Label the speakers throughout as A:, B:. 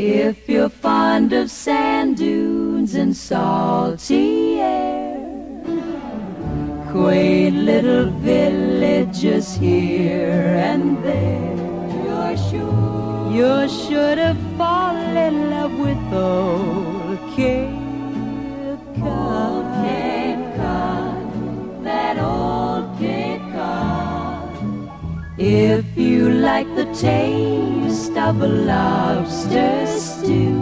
A: If you're fond of sand dunes and salty air, quaint little villages here and there, you're sure you're sure to fall in love with old Cape Cod. Cape Cod, that old Cape Cod. If you like the taste of a lobster stew,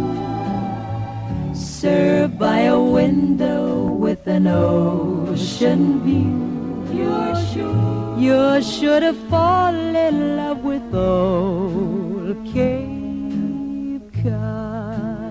A: served by a window with an ocean view, you're sure you're sure to fall in love with old Cape Cod.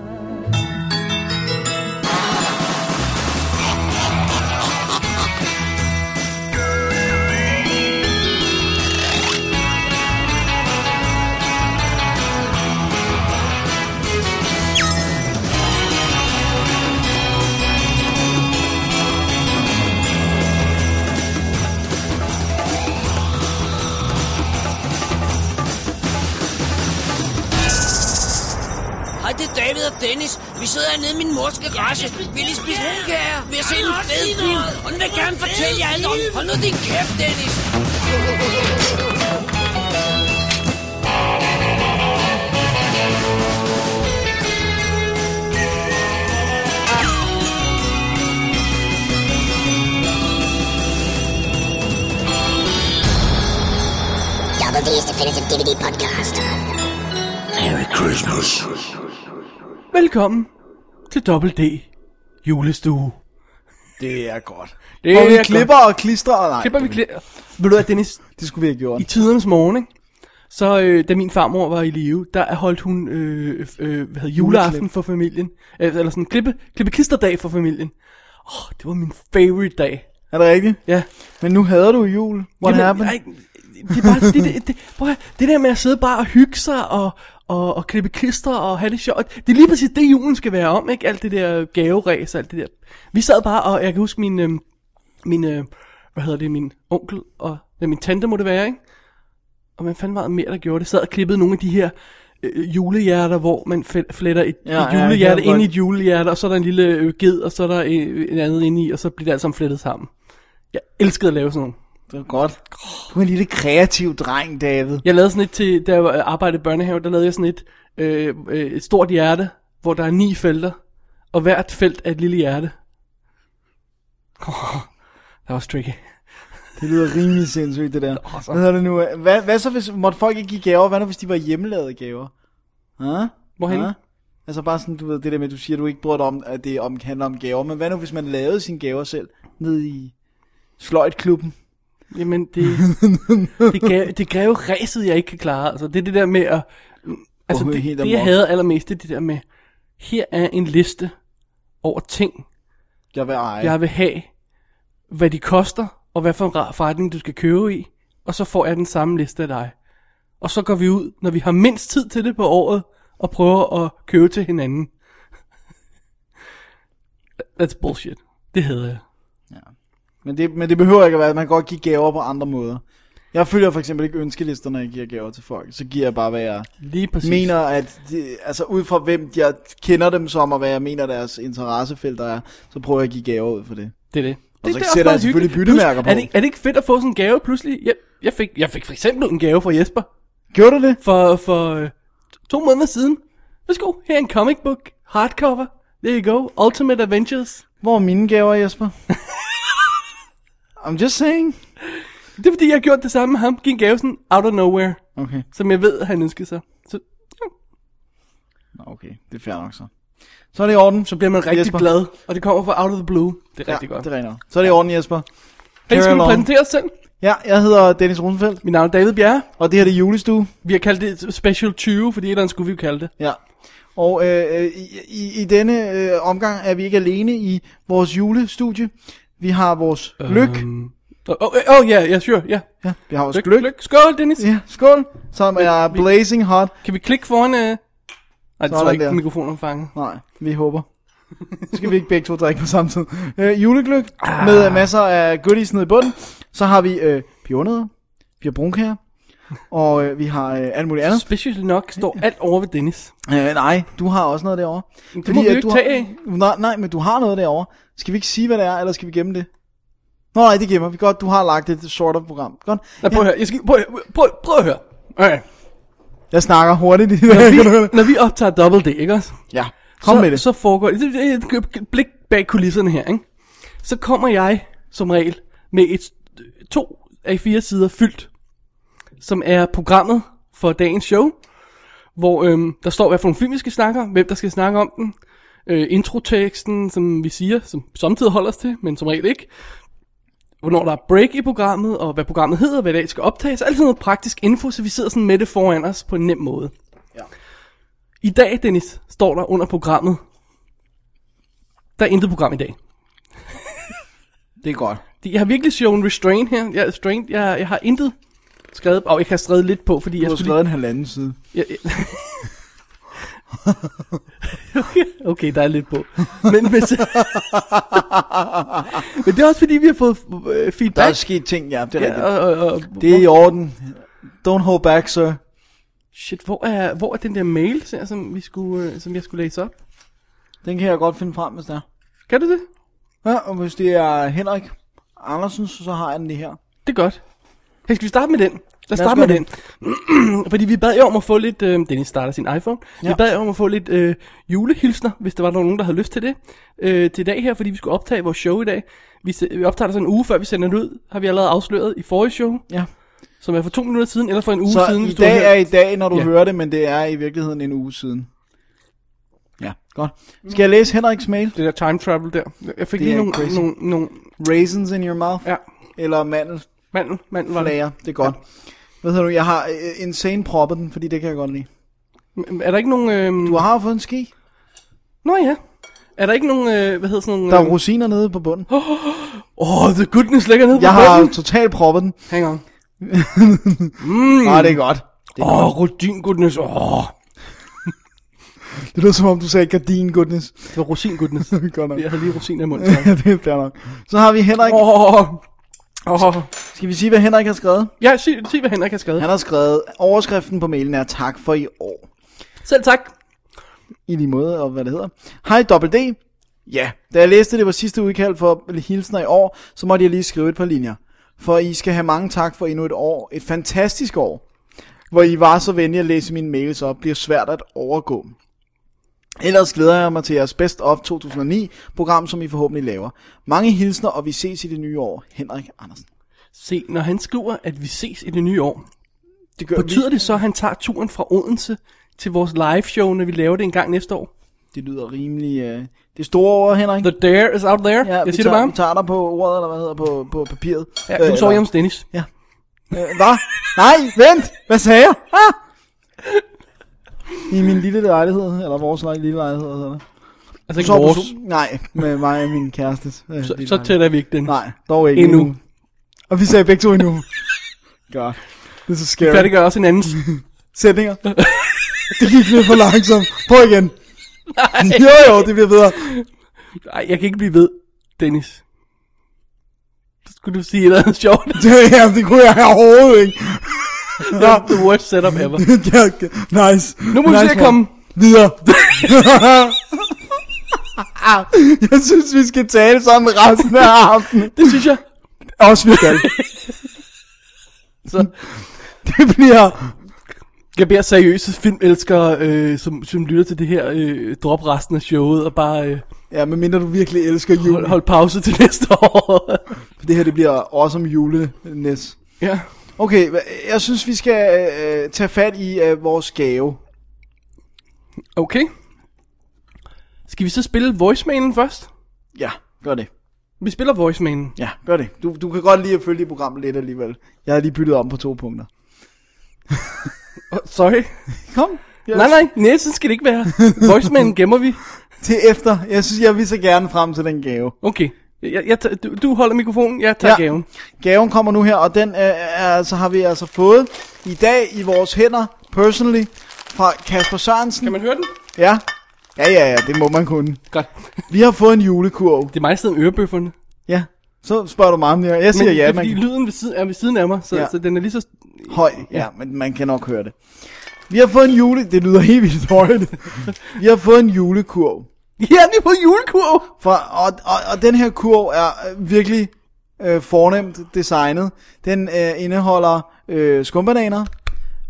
B: Hej, det er David og Dennis. Vi sidder hernede i min mors garage. Vi lige spise rumkager. Vi har set en fed film, og den vil gerne fortælle jer alt om. Hold nu din kæft, Dennis.
C: Double D's Definitive DVD Podcast.
D: Merry Christmas.
E: Velkommen til Double D julestue.
D: Det er godt.
E: Det
D: og vi klipper og klistrer. og Nej,
E: klipper vi klipper. Ved du hvad, Dennis?
D: det skulle vi have gjort.
E: I tidernes morgen, ikke? Så øh, da min farmor var i live, der holdt hun øh, øh, hvad hedder, juleaften for familien. Øh, eller sådan klippe, klippe klisterdag for familien. Åh, oh, det var min favorite dag.
D: Er det rigtigt?
E: Ja.
D: Men nu hader du jul. What
E: Jamen,
D: happened?
E: ej, det er bare det, det, det, prøv at, høre, det der med at sidde bare og hygge sig og, og, og klippe klister og have det sjovt. Det er lige præcis det, julen skal være om, ikke? Alt det der gaveræs og alt det der. Vi sad bare, og jeg kan huske min, øhm, min øh, hvad hedder det, min onkel og ja, min tante må det være, ikke? Og man fandt meget mere, der gjorde det. Sad og klippede nogle af de her øh, julehjerter, hvor man fæ- fletter et,
D: Ja,
E: ja, et
D: ja,
E: julehjerte
D: det
E: ja,
D: er
E: ind i
D: godt.
E: et julehjerte, og så er der en lille øh, ged, og så er der øh, en andet inde i, og så bliver det alt sammen flettet sammen. Jeg elskede at lave sådan nogle.
D: Det er godt. Du er en lille kreativ dreng, David.
E: Jeg lavede sådan et til, da jeg var- arbejdede i børnehave, der lavede jeg sådan et, øh, øh, et stort hjerte, hvor der er ni felter, og hvert felt er et lille hjerte. Oh, that was tricky.
D: Det lyder rimelig sindssygt, det der. Hvad hedder det nu? Hvad, hvad så, hvis måtte folk ikke give gaver? Hvad nu, hvis de var hjemmelavede gaver? Huh?
E: Hvorhen?
D: Huh? Altså bare sådan, du ved, det der med, at du siger, at du ikke bryder dig om, at det om, handler om gaver. Men hvad nu, hvis man lavede sine gaver selv? Nede i fløjtklubben.
E: Jamen, det, det, gav, det greve ræset, jeg ikke kan klare. Altså, det er det der med at... Altså,
D: Åh,
E: det,
D: helt
E: det jeg
D: amok.
E: havde allermest, det er det der med, her er en liste over ting,
D: Jeg vil eje.
E: jeg vil have, hvad de koster, og hvad for en ra- forretning du skal købe i, og så får jeg den samme liste af dig. Og så går vi ud, når vi har mindst tid til det på året, og prøver at købe til hinanden. That's bullshit. Det hedder jeg.
D: Men det, men det behøver ikke at være, at man kan godt give gaver på andre måder. Jeg følger for eksempel ikke ønskelister, når jeg giver gaver til folk. Så giver jeg bare, hvad jeg
E: Lige præcis.
D: mener, at de, altså ud fra hvem jeg kender dem som, og hvad jeg mener deres interessefelter er, så prøver jeg at give gaver ud for det.
E: Det er det.
D: Og
E: det,
D: så
E: det
D: sætter jeg selvfølgelig byttemærker på.
E: Er det, ikke- er det ikke fedt at få sådan en gave pludselig? Jeg, jeg, fik, jeg fik for eksempel en gave fra Jesper
D: Gjorde du det?
E: for, for øh, to måneder siden. Værsgo, her er en comic book, hardcover. There you go, Ultimate Adventures.
D: Hvor er mine gaver, Jesper? I'm just saying.
E: Det er fordi, jeg har gjort det samme med ham. Giv en gave sådan out of nowhere,
D: Okay,
E: som jeg ved, han ønskede sig. Så
D: Nå, okay. det er fair nok så. Så er det i orden.
E: så bliver man rigtig
D: Jesper.
E: Jesper. glad, og det kommer fra out of the blue. Det er
D: Ja,
E: rigtig godt.
D: det er rent nok. Så er det i orden, Jesper.
E: Hey, skal vi
D: Carry along.
E: præsentere os selv?
D: Ja, jeg hedder Dennis Rosenfeldt,
E: Mit navn er David Bjerre.
D: og det her det er julestue.
E: Vi har kaldt det Special 20, fordi et eller andet skulle vi jo kalde det.
D: Ja. Og øh, øh, i, i- i denne øh, omgang er vi ikke alene i vores julestudie. Vi har vores gløk.
E: Øhm, Åh, oh, oh, yeah, yeah, sure, yeah.
D: Ja, vi har vores
E: Lyk,
D: gløk.
E: lyk. Skål, Dennis.
D: Ja, skål, som er blazing hot.
E: Kan vi klikke foran... Øh... Nej, det tror
D: Sådan
E: jeg ikke,
D: der.
E: mikrofonen fanger.
D: Nej, vi håber. Nu skal vi ikke begge to drikke på samme tid. Øh, julegløk Ah. med øh, masser af goodies nede i bunden. Så har vi øh, pebernødder, Pia Brunkær, og øh, vi har øh, alt muligt andet.
E: Specielt nok står alt over ved Dennis.
D: Øh, nej, du har også noget derovre.
E: Det må vi jo
D: at
E: ikke
D: du
E: tage af.
D: har... nej, nej, men du har noget derovre. Skal vi ikke sige, hvad det er, eller skal vi gemme det? Nå, nej, det gemmer vi. Godt, du har lagt et sort of program. Godt.
E: Nej, prøv at høre. Jeg skal, prøv, at høre. prøv, prøv at høre. Okay.
D: Jeg snakker hurtigt.
E: Når, vi, når vi optager Double D, ikke også?
D: ja, kom
E: så,
D: med det.
E: Så foregår det, det er et blik bag kulisserne her, ikke? Så kommer jeg som regel med et, to af fire sider fyldt, som er programmet for dagens show, hvor øhm, der står, hvad for nogle film vi skal snakke om, hvem der skal snakke om den, øh, introteksten, som vi siger, som samtidig holder os til, men som regel ikke, hvornår der er break i programmet, og hvad programmet hedder, hvad i dag skal optages, alt sådan noget praktisk info, så vi sidder sådan med det foran os på en nem måde. I dag, Dennis, står der under programmet. Der er intet program i dag.
D: Det er godt.
E: Det- Jeg har virkelig sjov en restraint her. Jeg, restraint, jeg, jeg har intet skrevet. Og jeg har skrevet lidt på, fordi
D: Du
E: jeg
D: har
E: skulle...
D: skrevet en halvanden side.
E: Jeg, jeg, okay, der er lidt på. Men, men, så, men det er også fordi, vi har fået øh,
D: Der er
E: feedback.
D: sket ting, ja, det er
E: Ja,
D: rigtigt.
E: og, og, og,
D: Det er i orden. Don't hold back, sir.
E: shit, hvor er, hvor er den der mail, ser jeg, som, vi skulle, øh, som jeg skulle læse op?
D: Den kan jeg godt finde frem, hvis der er.
E: Kan du det?
D: Ja, og hvis det er Henrik Andersen, så har jeg den lige her.
E: Det er godt. Hey, skal vi starte med den? Lad os
D: Lad os
E: starte med
D: gøre
E: den. Fordi vi bad jo om at få lidt... Øh, Dennis starter sin iPhone. Ja. Vi
D: Ja.
E: bad jo om at få lidt øh, julehilsner, hvis der var nogen, der havde lyst til det. Øh, til i dag her, fordi vi skulle optage vores show i dag. Vi, se- vi optager det sådan en uge før vi sender det ud. Har vi allerede afsløret i forrige show.
D: Ja.
E: Som er for to minutter siden, eller for en uge
D: Så
E: siden.
D: i
E: hvis du
D: dag
E: har
D: er
E: hørt.
D: i dag, når du
E: Ja.
D: ja. hører det, men det er i virkeligheden en uge siden. Ja, godt. Skal jeg læse Henriks mail?
E: Det der time travel der. Jeg fik
D: Det
E: lige
D: er
E: nogle,
D: crazy.
E: nogle, nogle...
D: Raisins in your mouth?
E: Ja,
D: Eller mandelflager?
E: manden, manden var det.
D: Det er godt. Hvad hedder du? Jeg har øh, insane proppet den, fordi det kan jeg godt lide.
E: Er der ikke nogen... Øh...
D: Du har jo fået en ski.
E: Nå ja. Er der ikke nogen... Øh, hvad hedder sådan nogle...
D: Der er
E: øh,
D: rosiner nede på bunden.
E: Åh, oh, the goodness ligger ned på
D: Jeg har
E: bunden.
D: totalt proppet den.
E: Hang on.
D: Nej, det er godt.
E: Mm.
D: Det,
E: Åh, oh, rosin goodness. Åh, oh,
D: det lyder som om, du sagde gardin goodness.
E: det var rosin goodness.
D: godt nok.
E: Jeg havde lige rosiner i munden.
D: Ja, det er fair nok. Så har vi Henrik.
E: Åh, oh, oh.
D: Skal vi sige, hvad Henrik har skrevet?
E: Ja, sig, sig, hvad Henrik har skrevet.
D: Han har skrevet, overskriften på mailen er tak for i år.
E: Selv tak.
D: I lige måde, og hvad det hedder. Hej Double D. Ja, da jeg læste, det var sidste udkald for hilsner i år, så måtte jeg lige skrive et par linjer. For I skal have mange tak for endnu et år. Et fantastisk år. Hvor I var så venlige at læse mine mails op, bliver svært at overgå. Ellers glæder jeg mig til jeres Best of 2009 program, som I forhåbentlig laver. Mange hilsner, og vi ses i det nye år. Henrik Andersen.
E: Se, når han skriver, at vi ses i det nye år,
D: Det gør
E: betyder
D: vi.
E: det så, at han tager turen fra Odense til vores live show, når vi laver det en gang næste år?
D: Det lyder rimelig... Øh, det er store ord, Henrik.
E: The dare is out there.
D: Ja,
E: jeg
D: vi,
E: siger
D: tager,
E: det bare.
D: vi tager dig på ordet, eller hvad hedder på, på papiret.
E: Ja, du sover hjemme hos Dennis.
D: Øh, hvad? Nej, vent! Hvad sagde jeg? Ah! I min lille lejlighed, eller vores lej- lille lejlighed, eller hvad?
E: Altså ikke
D: Sover på
E: vores.
D: so- Nej, med mig og min kæreste. Øh,
E: Så, så tæt er vi ikke den.
D: Nej, dog ikke
E: Endnu.
D: endnu. endnu. Og vi sagde begge to endnu. God. Det er så
E: Vi
D: scary.
E: færdiggør også en anden.
D: Sætninger. det gik lidt for langsomt. Prøv igen.
E: Nej.
D: Jo jo, det bliver bedre.
E: Ej, jeg kan ikke blive ved, Dennis. Så Skulle du sige et eller andet sjovt?
D: Det, ja, det kunne jeg overhovedet ikke.
E: Ja. The worst setup ever.
D: Ja, okay. nice.
E: Nu må vi
D: nice
E: se at
D: one.
E: komme.
D: Videre. jeg synes, vi skal tale sammen resten af aftenen.
E: Det synes jeg.
D: Også vi skal.
E: Så
D: Det bliver...
E: jeg beder seriøse filmelskere, øh, som, som lytter til det her, øh, drop resten af showet og bare øh,
D: Ja, medmindre du virkelig elsker
E: hold,
D: jul.
E: hold pause til næste år.
D: Det her, det bliver awesome julenæs.
E: ja.
D: Okay, hva- jeg synes, vi skal øh, tage fat i øh, vores gave.
E: Okay. Skal vi så spille voicemailen først?
D: Ja, gør det.
E: Vi spiller voicemailen.
D: Ja, gør det. Du, du kan godt lide at følge i programmet lidt alligevel. Jeg har lige byttet om på to punkter.
E: Oh, sorry.
D: Kom. Jeg,
E: Nej, nej, nej, sådan skal det ikke være. Voicemailen gemmer vi.
D: Til efter. Jeg synes, jeg vil så gerne frem til den gave.
E: Okay. Jeg, jeg, tager- du, du holder mikrofonen, jeg tager ja.
D: Ja.
E: gaven.
D: Gaven kommer nu her, og den øh, er, altså, har vi altså fået i dag i vores hænder, personally, fra Kasper Sørensen.
E: Kan man høre den?
D: Ja. ja, ja, ja, det må man kunne.
E: Godt.
D: Vi har fået en julekurv.
E: Det er mig, der sidder med ørebøfferne.
D: Ja, Så spørger du mig om det, og jeg siger
E: Men det
D: ja,
E: er,
D: man
E: fordi lyden ved siden, er ved siden af mig, så,
D: Ja.
E: ja. så den er lige så...
D: Høj, ja, men man kan nok høre det. Vi har fået en jule... Det lyder helt vildt højt. Vi har fået en julekurv.
E: Ja, vi er på julekurv!
D: For, og, og, og den her kurv er øh, virkelig øh, fornemt designet. Den øh, indeholder øh, skumbananer,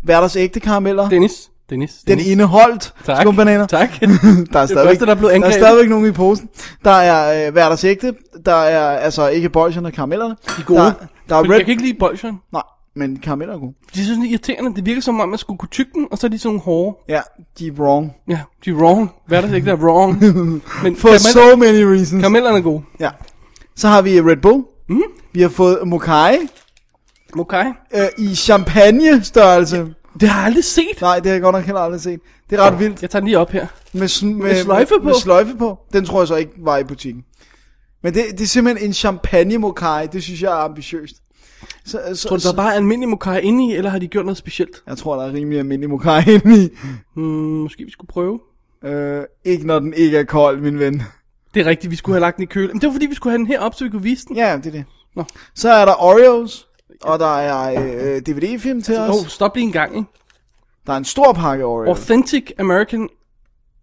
D: hverdags ægte karameller. Den,
E: Dennis. Dennis.
D: den indeholdt
E: Tak.
D: skumbananer.
E: Tak.
D: Der er, stadigvæk,
E: første, der er blevet
D: der er
E: angrebet.
D: stadigvæk nogen i posen. Der er øh, hverdags ægte, der er altså ikke bolsjerne og karamellerne. De
E: gode.
D: Der, der er
E: Fordi Jeg
D: red...
E: kan ikke lide bolsjeren.
D: Nej, men karameller er gode.
E: De synes, det er irriterende. Det virker som om, man skulle kunne tygge den, og så er de sådan nogle hårde.
D: Ja, de er wrong.
E: Ja, de er wrong. Hvad er der ikke, der er wrong? Men
D: For
E: karamel-
D: so many reasons.
E: karamellerne er gode.
D: Ja. Så har vi Red Bull. Mm.
E: Mhm.
D: Vi har fået Mokai
E: Okay.
D: øh, i champagne-størrelse. Ja.
E: Det har jeg aldrig set.
D: Nej, det har jeg godt nok heller aldrig set. Det er ret vildt.
E: Jeg tager den lige op her.
D: Med, sn- med,
E: sløjfe
D: med,
E: på.
D: med sløjfe på. Den tror jeg så ikke var i butikken. Men det, det er simpelthen en champagne Mokai. Det synes jeg er ambitiøst. Så, så,
E: Tror du, der er bare almindelig mokai inde i, eller har de gjort noget specielt?
D: Jeg tror, der er rimelig almindelig Mokai inde i.
E: Hmm, måske vi skulle prøve.
D: Øh, ikke når den ikke er kold, min ven.
E: Det er rigtigt, vi skulle have lagt den i køle. Men det var fordi, vi skulle have den her op, så vi kunne vise den.
D: Ja, det er det.
E: Nå.
D: Så er der Oreos. Og der er øh, DVD-film til
E: Åh, oh,
D: os.
E: stop lige en gang, ikke?
D: Der er en stor pakke Oreos.
E: Authentic American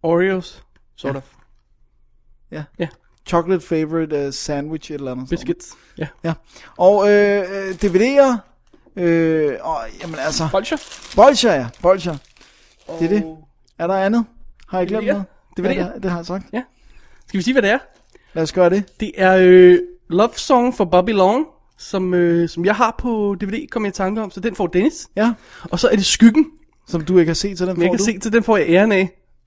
E: Oreos, sort of.
D: Ja.
E: Ja,
D: chocolate favorite uh, sandwich et eller andet.
E: biscuits. Ja.
D: Ja. Og øh, øh, DVD'er. Øh, og, jamen altså,
E: Bolcher.
D: bolcher ja, bolcher. Det er det. Er der andet? Har jeg glemt
E: DVD'er?
D: noget?
E: DVD'er?
D: Ja, det, det har jeg sagt.
E: Skal vi sige, hvad det er?
D: Lad os gøre det.
E: Det er øh, Love Song for Bobby Long, som, øh, som jeg har på DVD, kom jeg i tanke om, så den får Dennis.
D: Ja,
E: Og så er det Skyggen,
D: som du ikke har set, så den
E: men jeg
D: får
E: kan
D: du.
E: se til, den får jeg æren af.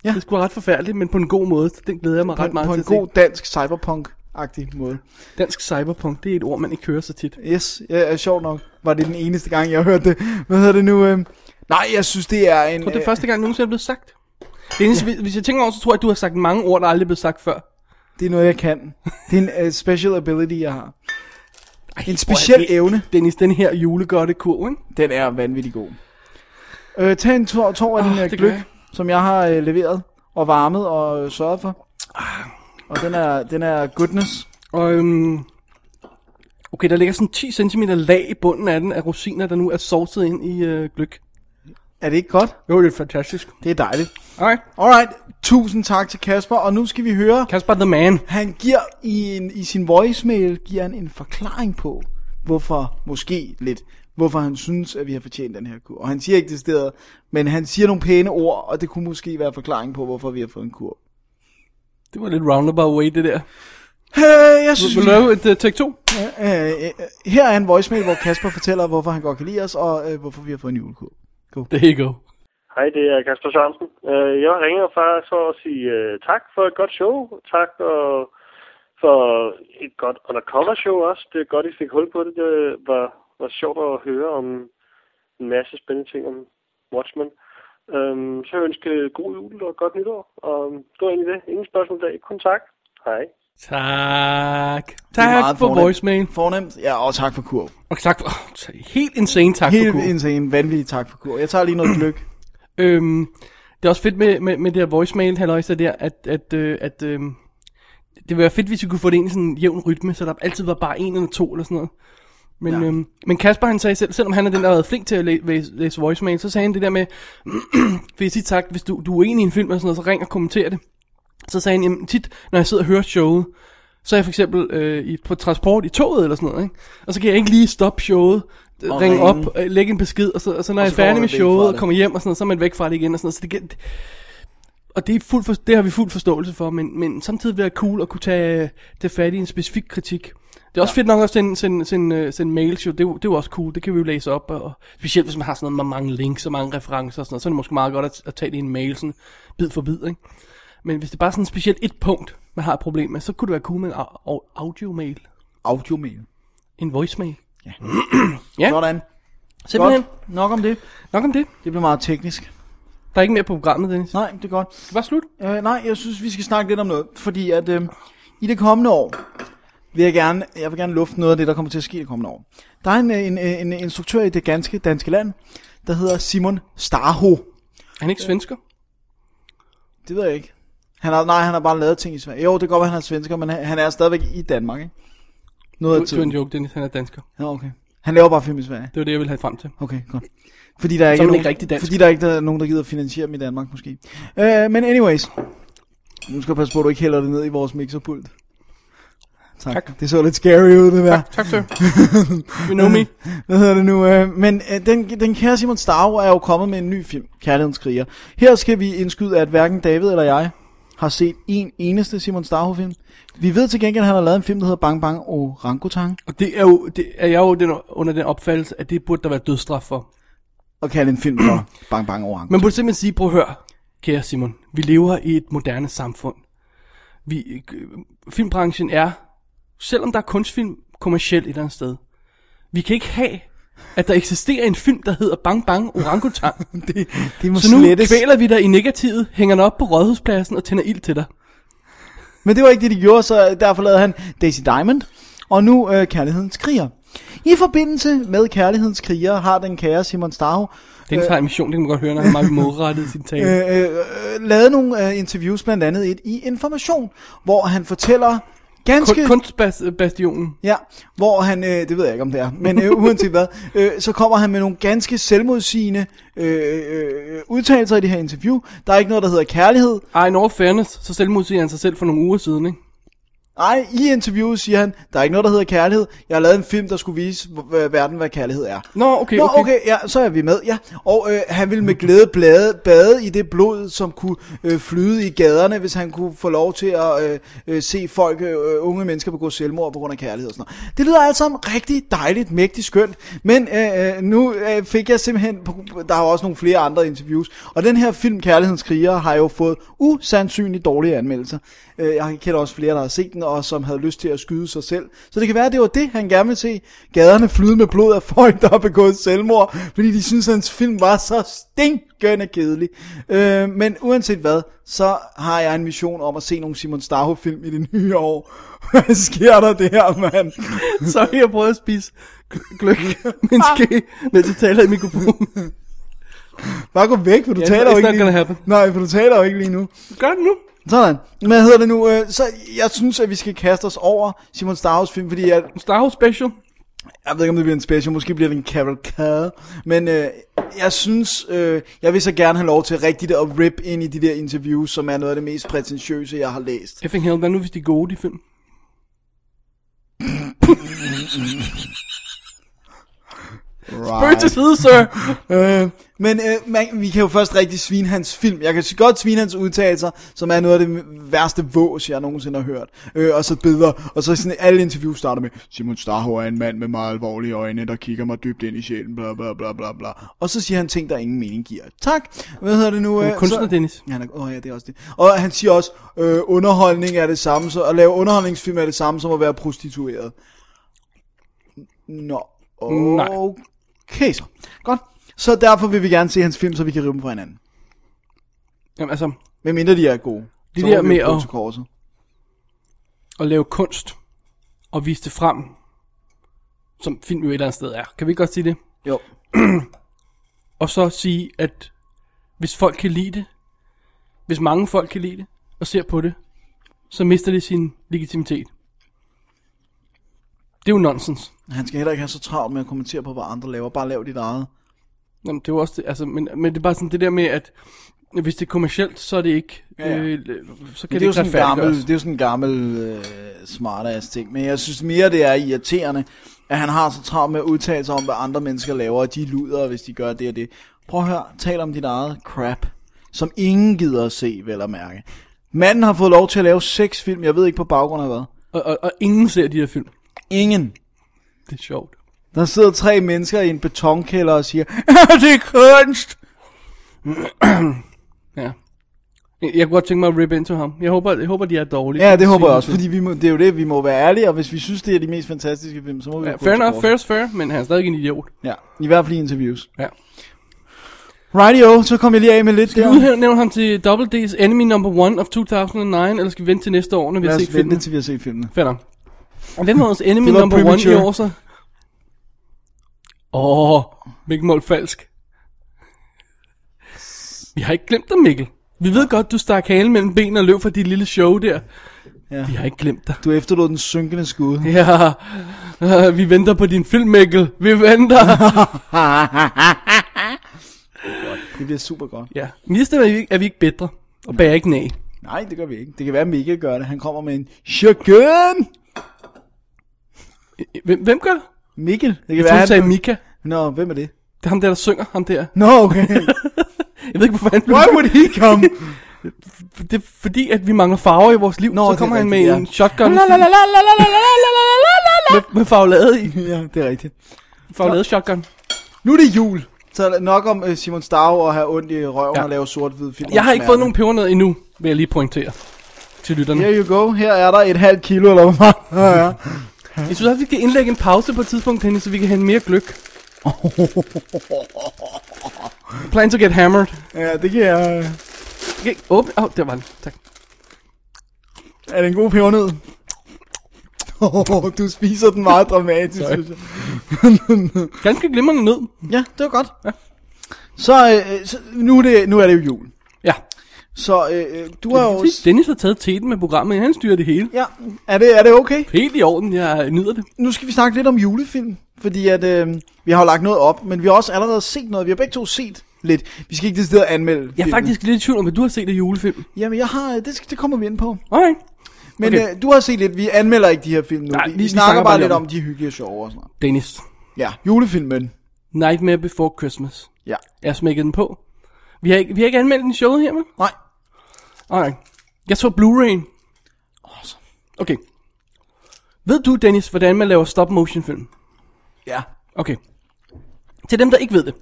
D: Ja.
E: Ja. Det skulle ret forfærdeligt, men på en god måde. så Den glæder jeg mig
D: på,
E: ret meget
D: på
E: til
D: en
E: at se.
D: god dansk cyberpunk-agtig måde.
E: Dansk cyberpunk, det er et ord, man ikke hører så tit.
D: Yes, ja, ja, sjovt nok var det den eneste gang, jeg hørte det. Hvad hedder det nu? Øh? Nej, jeg synes, det er en... øh,
E: Og det er første gang nogensinde er blevet sagt. Dennis, ja. hvis jeg tænker over, så tror jeg, at du har sagt mange ord, der aldrig er blevet sagt før.
D: øh, det er noget, jeg kan. Det er en uh, special ability, jeg har. En
E: hvor
D: speciel
E: er det-
D: evne.
E: Dennis, den her julegodte kurv, ikke?
D: Den er vanvittig god. Øh, tag en tår, tår af
E: Åh,
D: oh, den
E: det
D: øh,
E: gør
D: gløk,
E: jeg.
D: som jeg har øh, leveret og varmet og øh, sørget for. Og den er, den er goodness.
E: Og øhm, okay, der ligger sådan 10 cm lag i bunden af den af rosiner, der nu er sovset ind i øh, gløk.
D: Er det ikke godt?
E: Jo, det er fantastisk.
D: Det er dejligt.
E: Alright.
D: Alright, tusind tak til Kasper, og nu skal vi høre,
E: Kasper the man.
D: han giver i, en, i sin voicemail, giver han en forklaring på, hvorfor, måske lidt, hvorfor han synes, at vi har fortjent den her kur. Og han siger ikke det sted, men han siger nogle pæne ord, og det kunne måske være forklaring på, hvorfor vi har fået en kur.
E: Det var lidt roundabout way, det der.
D: Øh, jeg synes,
E: Vil du lave et uh, take 2?
D: Øh, øh, her er en voicemail, hvor Kasper fortæller, hvorfor han godt kan lide os, og øh, hvorfor vi har fået en julekurv.
E: There you go.
F: Hej, det er Kasper Sørensen. Øh, Jeg ringer faktisk for at sige øh, tak for et godt show. Tak og for et godt undercover-show også. Det er godt, I fik hul på det. Det var, var sjovt at høre om en masse spændende ting om Watchmen. Øhm, så jeg ønsker god jul og godt nytår. Og det var egentlig det. Ingen spørgsmål i dag. Kun tak. Hej.
E: Tak.
D: Det er
E: Tak
D: meget
E: for
D: fornemt.
E: voicemail.
D: Fornemt, ja, og tak for kurv.
E: Og tak for... Oh, helt insane tak for
D: Helt
E: kurv.
D: insane, vanvittig tak for kurv. Jeg tager lige noget gløk.
E: Øhm, det er også fedt med, med, med det her voicemail, halløjsa der, at, at, øh, at øh, det ville være fedt, hvis vi kunne få det ind i sådan en jævn rytme, så der altid var bare en eller to eller sådan noget. Men,
D: Ja.
E: ja. øhm, men Kasper han sagde selv, selvom han er den, der har været flink til at læ- læse, læse voicemail, så sagde han det der med, vil jeg sige tak, hvis du, du er uenig i en film eller sådan noget, så ring og kommenter det. Så sagde han, jamen tit, når jeg sidder og hører showet, så er jeg for eksempel øh, i, på transport i toget eller sådan noget, ikke? og så kan jeg ikke lige stoppe showet, øh,
D: Og
E: ringe
D: ringe.
E: op, øh, lægge en besked, og så, og så når
D: Og
E: jeg er
D: så kommer
E: færdig
D: man
E: med
D: væk fra
E: showet og
D: det.
E: kommer hjem og sådan noget, så er man væk fra det igen og sådan noget. Så det, gi- og det, er fuld for, det har vi fuld forståelse for, men, men samtidig være cool at kunne tage, tage fat i en specifik kritik. Det er også ja. fedt nok at sende, sende, sende, øh, sende mails, jo. Det, er jo- det er jo også cool, det kan vi jo læse op, og, og specielt hvis man har sådan noget med mange links og mange referencer og sådan noget, så er det måske meget godt at, at tage det i en mail, sådan bid for bid, ikke? Men hvis det bare er sådan specielt et punkt, man har et problem med, så kunne det være cool med en au- au- audio-mail,
D: Audiomail.
E: en voicemail. Ja.
D: Sådan.
E: Simpelthen,
D: Godt.
E: godt.
D: Nok om det.
E: nok om det.
D: Det blev meget teknisk.
E: Der er ikke mere på programmet, Dennis.
D: Nej, det er godt.
E: Det var slut.
D: Øh, nej, jeg synes, vi skal snakke lidt om noget, fordi at øh, i det kommende år vil jeg gerne, jeg vil gerne lufte noget af det, der kommer til at ske i det kommende år. Der er en, øh, en, øh, en instruktør i det ganske danske land, der hedder Simon Starho.
E: Er han ikke svensker?
D: Det ved jeg ikke. Han har, nej, han har bare lavet ting i Sverige. Jo, det kan godt være, han er svensker, men han, han er stadigvæk i Danmark, ikke? Noget af
E: Det var en
D: tiden.
E: joke, Dennis, han er dansker.
D: Ja, okay. Han laver bare film i Sverige.
E: Det var det, jeg ville have frem til.
D: Okay, godt. Fordi der er ikke,
E: man
D: nogen,
E: ikke rigtig dansk.
D: Fordi der ikke er nogen, der gider finansiere dem i Danmark, måske. Uh, men anyways. Nu skal du passe på, at du ikke hælder det ned i vores mixerpult. Tak. tak. Det så lidt scary ud, det der. Tak.
E: Tak, sir. you know me.
D: Hvad hedder det nu? Øh, Men øh, den, den kære Simon Starve er jo kommet med en ny film, Kærlighedskriger. Her skal vi indskyde, at hverken David eller jeg har set en eneste Simon Starve-film. Vi ved til gengæld, at han har lavet en film, der hedder Bang Bang Orangutang.
E: Og det er jo, det er jeg jo den, under den opfattelse, at det burde der være dødsstraf for.
D: Og kalde en film for Bang Bang Orang.
E: Man burde simpelthen sige, prøv at høre, kære Simon, vi lever i et moderne samfund. Vi, øh, filmbranchen er, selvom der er kunstfilm, kommerciel et eller andet sted. Vi kan ikke have, at der eksisterer en film, der hedder Bang Bang Orangutang.
D: det, det må
E: Så nu
D: slettes.
E: kvæler vi dig i negativet, hænger dig op på rådhuspladsen og tænder ild til dig.
D: Men det var ikke det, de gjorde, så derfor lavede han Daisy Diamond, og nu øh, Kærlighedens Kriger. I forbindelse med Kærlighedens Kriger har den kære Simon Stav
E: Det er en fejl mission, det kan man godt høre, når han er meget modrettet i sin tale.
D: øh, øh, øh, lavet nogle øh, interviews, blandt andet et i Information, hvor han fortæller ganske...
E: Kun, kunstbastionen.
D: Ja, hvor han, øh, det ved jeg ikke om det er, men øh, uanset hvad, øh, så kommer han med nogle ganske selvmodsigende øh, øh, udtalelser i det her interview. Der er ikke noget, der hedder kærlighed.
E: Ej, in all fairness, så selvmodsiger han sig selv for nogle uger siden, ikke?
D: Nej, i interviewet siger han, der er ikke noget, der hedder kærlighed. Jeg har lavet en film, der skulle vise hvor- øh, verden, hvad kærlighed er.
E: Nå, okay,
D: Nå,
E: okay.
D: okay, ja, så er vi med, ja. Og øh, han ville med glæde blade, bade i det blod, som kunne øh, flyde i gaderne, hvis han kunne få lov til at øh, øh, se folk, øh, unge mennesker begå selvmord på grund af kærlighed og sådan noget. Det lyder alt sammen rigtig dejligt, mægtigt, skønt, men øh, øh, nu øh, fik jeg simpelthen, på- der er jo også nogle flere andre interviews, og den her film, Kærlighedens Kriger, har jo fået usandsynligt dårlige anmeldelser. Øh, jeg kender også flere, der har set den, og som havde lyst til at skyde sig selv. Så det kan være, at det var det, han gerne vil se. Gaderne flyde med blod af folk, der har begået selvmord, fordi de synes, at hans film var så stinkende kedelig. Øh, men uanset hvad, så har jeg en mission om at se nogle Simon Starho-film i det nye år. Hvad sker der der, mand?
E: Sorry, jeg prøvede at spise gl- gløk med
D: Ah.
E: en ske, mens jeg taler i mikrofonen.
D: Bare gå væk, for du
E: Yeah,
D: taler
E: it's
D: jo ikke
E: not
D: lige
E: gonna happen.
D: Nej, for du taler jo ikke lige nu.
E: Gør det nu.
D: Sådan. Men Hvad hedder det nu? Øh, Så jeg synes, at vi skal kaste os over Simon Starhos film, fordi jeg,
E: Star Wars Special.
D: Jeg ved ikke, om det bliver en special, måske bliver det en cavalcade, men øh, jeg synes, øh, jeg vil så gerne have lov til rigtigt at rip ind i de der interviews, som er noget af det mest prætentiøse, jeg har læst.
E: Effing hell, hvad nu hvis de er gode, de film? Spørg til side, sir.
D: Øh, men øh, man, vi kan jo først rigtig svine hans film. Jeg kan s- godt svine hans udtalelser, som er noget af det værste vås, jeg nogensinde har hørt. Øh, og så billeder, og så sådan alle interviews starter med, Simon Starho er en mand med meget alvorlige øjne, der kigger mig dybt ind i sjælen, bla bla bla bla bla. Og så siger han ting, der ingen mening giver. Tak. Hvad hedder det nu? øh,
E: Han er kunstner, Dennis.
D: Ja, han er, åh, ja, det er også det. Og han siger også, øh, underholdning er det samme, så, at lave underholdningsfilm er det samme som at være prostitueret. Nå,
E: Nej.
D: okay så. Godt. Så derfor vil vi gerne se hans film, så vi kan rive dem fra hinanden.
E: Jamen altså,
D: Hvem mindre de er gode.
E: Det
D: så
E: der
D: må vi
E: med
D: jo gå
E: at-
D: til korset.
E: at lave kunst og vise det frem, som film jo et eller andet sted er. Kan vi ikke godt sige det?
D: Jo.
E: Og så sige, at hvis folk kan lide det, hvis mange folk kan lide det og ser på det, så mister det sin legitimitet. Det er jo nonsens.
D: Han skal heller ikke have så travlt med at kommentere på, hvad andre laver. Bare lav dit eget.
E: Jamen, det er jo også det, altså, men, men det er bare sådan det der med, at hvis det er kommercielt, så er det ikke,
D: Ja, ja.
E: Øh, så
D: Men
E: kan
D: det, er jo
E: det,
D: sådan
E: ikke
D: en gammel,
E: retfærdiggøres.
D: det er jo sådan en gammel øh, smartass ting. Men jeg synes mere, det er irriterende, at han har så travlt med at udtale sig om, hvad andre mennesker laver, og de luder, hvis de gør det og det. Prøv at høre, tal om dit eget crap, som ingen gider at se, vel at mærke. Manden har fået lov til at lave seks film, jeg ved ikke på baggrund af hvad.
E: Og, og, og ingen ser de her film.
D: Ingen.
E: Det er sjovt.
D: Der sidder tre mennesker i en betonkælder og siger, det er kunst!
E: Ja. Jeg jeg kunne godt tænke mig at rip into ham. Jeg håber, jeg håber de er dårlige.
D: Ja, det håber jeg
E: Sige
D: også, fordi vi må, det er jo det, vi må være ærlige, og hvis vi synes, det er de mest fantastiske film, så må vi
E: Ja,
D: jo gå
E: fair
D: til
E: enough,
D: korset.
E: fair is fair, men han er stadig en idiot.
D: Ja, i hvert fald i interviews.
E: Ja.
D: Radio, så kom jeg lige af med lidt
E: Skal vi
D: der.
E: udnævne ham til Double D's Enemy Number 1 of 2009, eller skal vi vente til næste år, når vi
D: Lad
E: har
D: os
E: set
D: vente,
E: filmen?
D: til vi har set filmene.
E: Fair nok. Og hvem var vores Enemy
D: Det var
E: Number 1 i
D: premature.
E: år så? Åh, oh, Mikkel Mål Falsk. Vi har ikke glemt dig, Mikkel. Vi ved godt, du stak halen mellem ben og løb fra dit lille show der.
D: Ja.
E: De har ikke glemt dig.
D: Du efterlod den synkende skud.
E: Ja, øh, vi venter på din film, Mikkel. Vi venter.
D: Det bliver super godt.
E: ja, næste er vi, ikke- er vi ikke bedre. Og bærer ikke næ.
D: Nej, det gør vi ikke. Det kan være, at Mikkel gør det. Han kommer med en shotgun.
E: Hvem, hvem gør det?
D: Mikkel? Det kan
E: Jeg
D: være,
E: troede, du
D: han-
E: sagde Mika.
D: Nå, hvem er det?
E: Det er ham der, der synger. Ham der.
D: Nå, okay.
E: Jeg ved ikke, hvorfor han blev
D: Why would he come?
E: Det er fordi, at vi mangler farver i vores liv.
D: Nå,
E: Nå, så kommer
D: det er
E: han med
D: rigtigt,
E: en shotgun
D: La, la, la, la, la, la, la, la, la, la, la, la, la.
E: med, med farvelade i.
D: Ja, det er rigtigt.
E: Farvelade shotgun.
D: Nu er det jul. Så nok om øh, Simon Stav og have ondt i røven ja.
E: Ja.
D: og lave sort-hvid film.
E: Jeg
D: om
E: har ikke
D: smerte.
E: fået nogen pebernød endnu, vil jeg lige pointere til lytterne.
D: Here you go. Her er der et halvt kilo, eller hvor meget? Ja, ja.
E: Jeg synes også, vi skal indlægge en pause på et tidspunkt, Dennis, så vi kan have mere gløk. Plan to get hammered.
D: ja, det kan jeg... øh.
E: Okay, åbne. Åh, oh, der var den. Tak.
D: Er det en god pebernød? Oh, du spiser den meget dramatisk,
E: Sorry.
D: synes jeg.
E: Ganske glimrende nød.
D: Ja, det var godt. Ja. Så, øh, så nu, er det, nu er det jo jul.
E: Ja.
D: Så øh, øh, du har jo...
E: Præcis. Dennis har taget teten med programmet, han styrer det hele.
D: Ja, er det, er det okay?
E: Helt i orden, jeg nyder det.
D: Nu skal vi snakke lidt om julefilm, fordi at, øh, vi har jo lagt noget op, men vi har også allerede set noget. Vi har begge to set lidt. Vi skal ikke decideret anmelde
E: Jeg er
D: filmen.
E: faktisk lidt i tvivl om, at du har set det julefilm.
D: Jamen, jeg har, øh, det, skal- det kommer vi ind på.
E: Alright.
D: Men
E: Okay.
D: okay. øh, du har set lidt, vi anmelder ikke de her film nu.
E: Nej,
D: vi, vi, snakker, bare lidt om,
E: dem.
D: de er hyggelige og sjove og sådan noget.
E: Dennis.
D: Ja, julefilmen.
E: Nightmare Before Christmas.
D: Ja.
E: Jeg smækkede den på. Vi har ikke, vi har ikke anmeldt den i showet her, vel?
D: Nej,
E: Nej. Jeg så Blu-ray'en.
D: Awesome.
E: Okay. Ved du, Dennis, hvordan man laver stop-motion-film?
D: ja.
E: Okay. Til dem, der ikke ved det,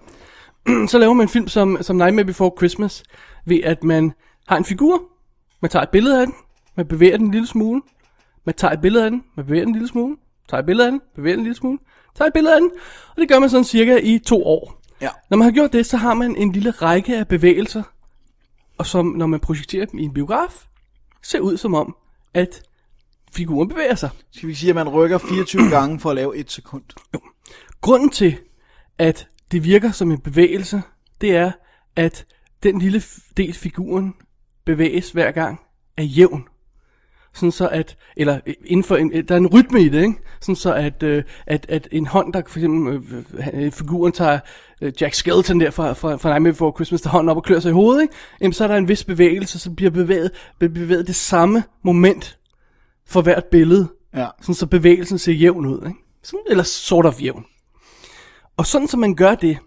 E: så laver man en film som, som Nightmare Before Christmas, ved at man har en figur, man tager et billede af den, man bevæger den en lille smule, man tager et billede af den, man bevæger den en lille smule, tager et billede af den, bevæger den en lille smule, tager et billede af den, og det gør man sådan cirka i to år.
D: Ja.
E: Når man har gjort det, så har man en lille række af bevægelser, og som, når man projekterer dem i en biograf, ser ud som om, at figuren bevæger sig.
D: Skal vi sige, at man rykker 24 gange for at lave et sekund?
E: Grunden til, at det virker som en bevægelse, det er, at den lille f- del figuren bevæges hver gang er jævn. Sådan så at, eller øh, inden for en, øh, der er en rytme i det, ikke? Sådan så at, øh, at, at en hånd, der for eksempel, øh, øh, øh, figuren tager øh, Jack Skeleton der fra, fra, fra Nightmare Before Christmas, der hånden op og klør sig i hovedet, ikke? Jamen, så er der en vis bevægelse, som bliver bevæget, bliver bevæget det samme moment for hvert billede.
D: Ja.
E: Sådan så bevægelsen ser jævn ud, ikke? Sådan, eller sort of jævn. Og sådan som man gør det,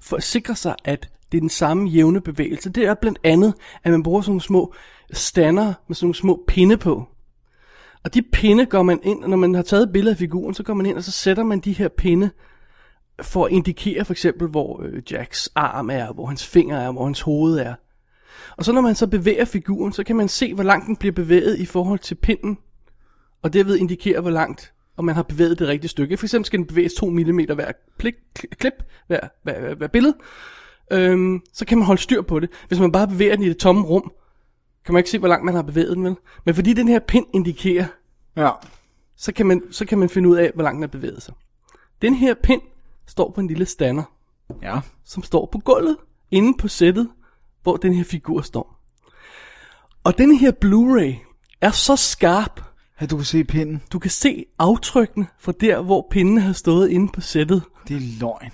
E: for at sikre sig, at det er den samme jævne bevægelse, det er blandt andet, at man bruger sådan nogle små stander med sådan nogle små pinde på. Og de pinde går man ind, og når man har taget billeder af figuren, så går man ind, og så sætter man de her pinde for at indikere for eksempel, hvor øh, Jacks arm er, hvor hans finger er, hvor hans hoved er. Og så når man så bevæger figuren, så kan man se, hvor langt den bliver bevæget i forhold til pinden, og derved indikerer, hvor langt og man har bevæget det rigtige stykke. For eksempel skal den bevæges 2 mm hver plik, kl- klip, hver, hver, hver, hver billede. Øhm, så kan man holde styr på det. Hvis man bare bevæger den i det tomme rum, kan man ikke se, hvor langt man har bevæget den, vel? Men fordi den her pind indikerer,
D: Ja.
E: så kan man, så kan man finde ud af, hvor langt den har bevæget sig. Den her pind står på en lille stander,
D: Ja.
E: som står på gulvet, inde på sættet, hvor den her figur står. Og den her Blu-ray er så skarp,
D: At du kan se pinden.
E: du kan se aftrykkene fra der, hvor pinden har stået inde på sættet.
D: Det er løgn.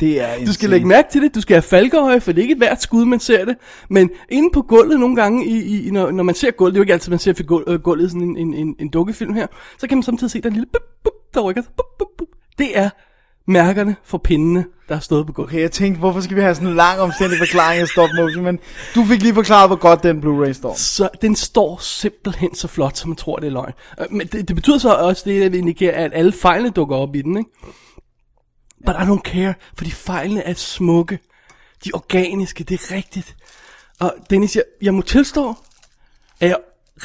D: Det er
E: Du skal lægge mærke til det, du skal have falkeøje, for det er ikke hvert skud, man ser det. Men inde på gulvet nogle gange, i, i, når, når man ser gulvet, det er jo ikke altid, man ser for gulvet, øh, gulvet i sådan en, en, en, en dukkefilm her, så kan man samtidig se, der er en lille bup, bup, der rykker sig. Bup, bup, bup. Det er mærkerne fra pindene, der har stået på gulvet.
D: Okay, jeg tænkte, hvorfor skal vi have sådan en lang omstændig forklaring af stop motion, men du fik lige forklaret, hvor godt den Blu-ray står.
E: Så den står simpelthen så flot, som man tror, det er løgn. Øh, Men det, det betyder så også, det at indikerer, at alle fejlene dukker op i den, ikke? But I don't care, fordi fejlene er smukke. De er organiske, det er rigtigt. Og Dennis, jeg, jeg må tilstå, at jeg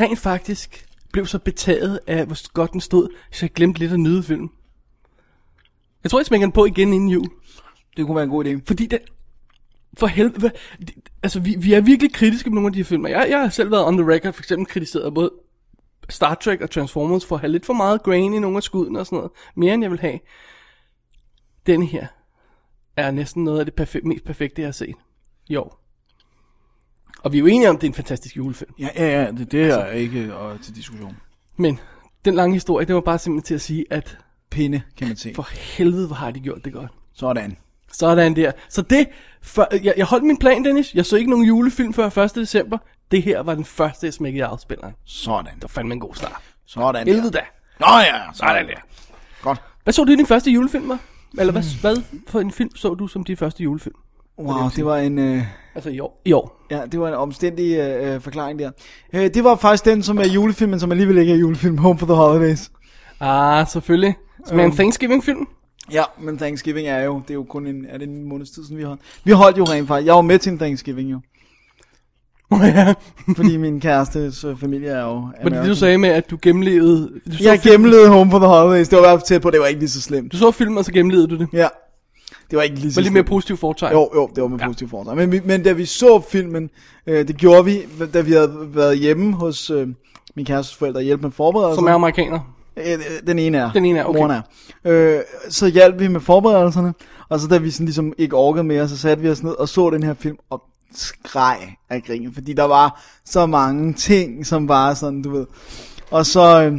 E: rent faktisk blev så betaget af, hvor godt den stod, så jeg glemte lidt at nyde filmen. Jeg tror, jeg smækker den på igen inden jul.
D: Det kunne være en god idé.
E: Fordi det... For helvede... hvad- det- Altså, vi, vi er virkelig kritiske med nogle af de her filmer. Jeg, jeg har selv været on the record, for eksempel kritiseret både Star Trek og Transformers for at have lidt for meget grain i nogle af skuddene og sådan noget. Mere end jeg vil have. Den her er næsten noget af det perfek- mest perfekte, jeg har set. Jo. Og vi er jo enige om, at det er en fantastisk julefilm.
D: Ja, ja, ja, det, det her er ikke øh, til diskussion.
E: Men den lange historie, det var bare simpelthen til at sige, at
D: Pinde, kan man se.
E: for helvede, hvor har de gjort det godt.
D: Sådan.
E: Sådan der. Så det, for, jeg, jeg holdt min plan, Dennis. Jeg så ikke nogen julefilm før 1. december. Det her var den første, jeg smækkede i afspilleren.
D: Sådan.
E: Det var fandme en god start.
D: Sådan
E: Helvede
D: der.
E: da.
D: Nå ja, sådan
E: Sådan
D: der.
E: der.
D: Godt.
E: Hvad så du i din første julefilm, var? Eller hvad, hvad for en film så du som din første julefilm?
D: Wow, det var en... Øh,
E: Altså i år. I år.
D: Ja, det var en omstændig øh, øh, forklaring der. Øh, det var faktisk den, som er julefilmen, som alligevel ikke er julefilm, Home for the Holidays.
E: Ah, selvfølgelig. Som er en Thanksgiving-film.
D: Ja, men Thanksgiving er jo, det er jo kun en, er det en måneds tid, siden vi holdt. Vi holdt jo rent faktisk, jeg var med til en Thanksgiving jo,
E: ja.
D: fordi min kærestes øh, familie er jo
E: Men det,
D: American.
E: du sagde med, at du gennemlevede... Du så,
D: Jeg
E: filmen,
D: gennemlevede Home for the Holidays, det var i hvert fald tæt på, det var ikke lige så slemt.
E: du så filmen, og så gennemlevede du det.
D: Ja, det var ikke lige så
E: Med lidt
D: slemt.
E: mere positiv fortegn.
D: Jo, jo, det var med positiv fortegn. Men, vi- men da vi så filmen, øh, det gjorde vi, da vi havde været hjemme hos øh, min kærestes forældre og hjælpe med forberedelser.
E: Som er amerikaner.
D: Øh, øh, Den ene er.
E: Den ene er, okay.
D: Moren er. Øh, så hjalp vi med forberedelserne, og så da vi sådan ligesom ikke orkede mere, så satte vi os ned og så den her film, og skreg af grin, fordi der var så mange ting, som var sådan, du ved. Og så, øh,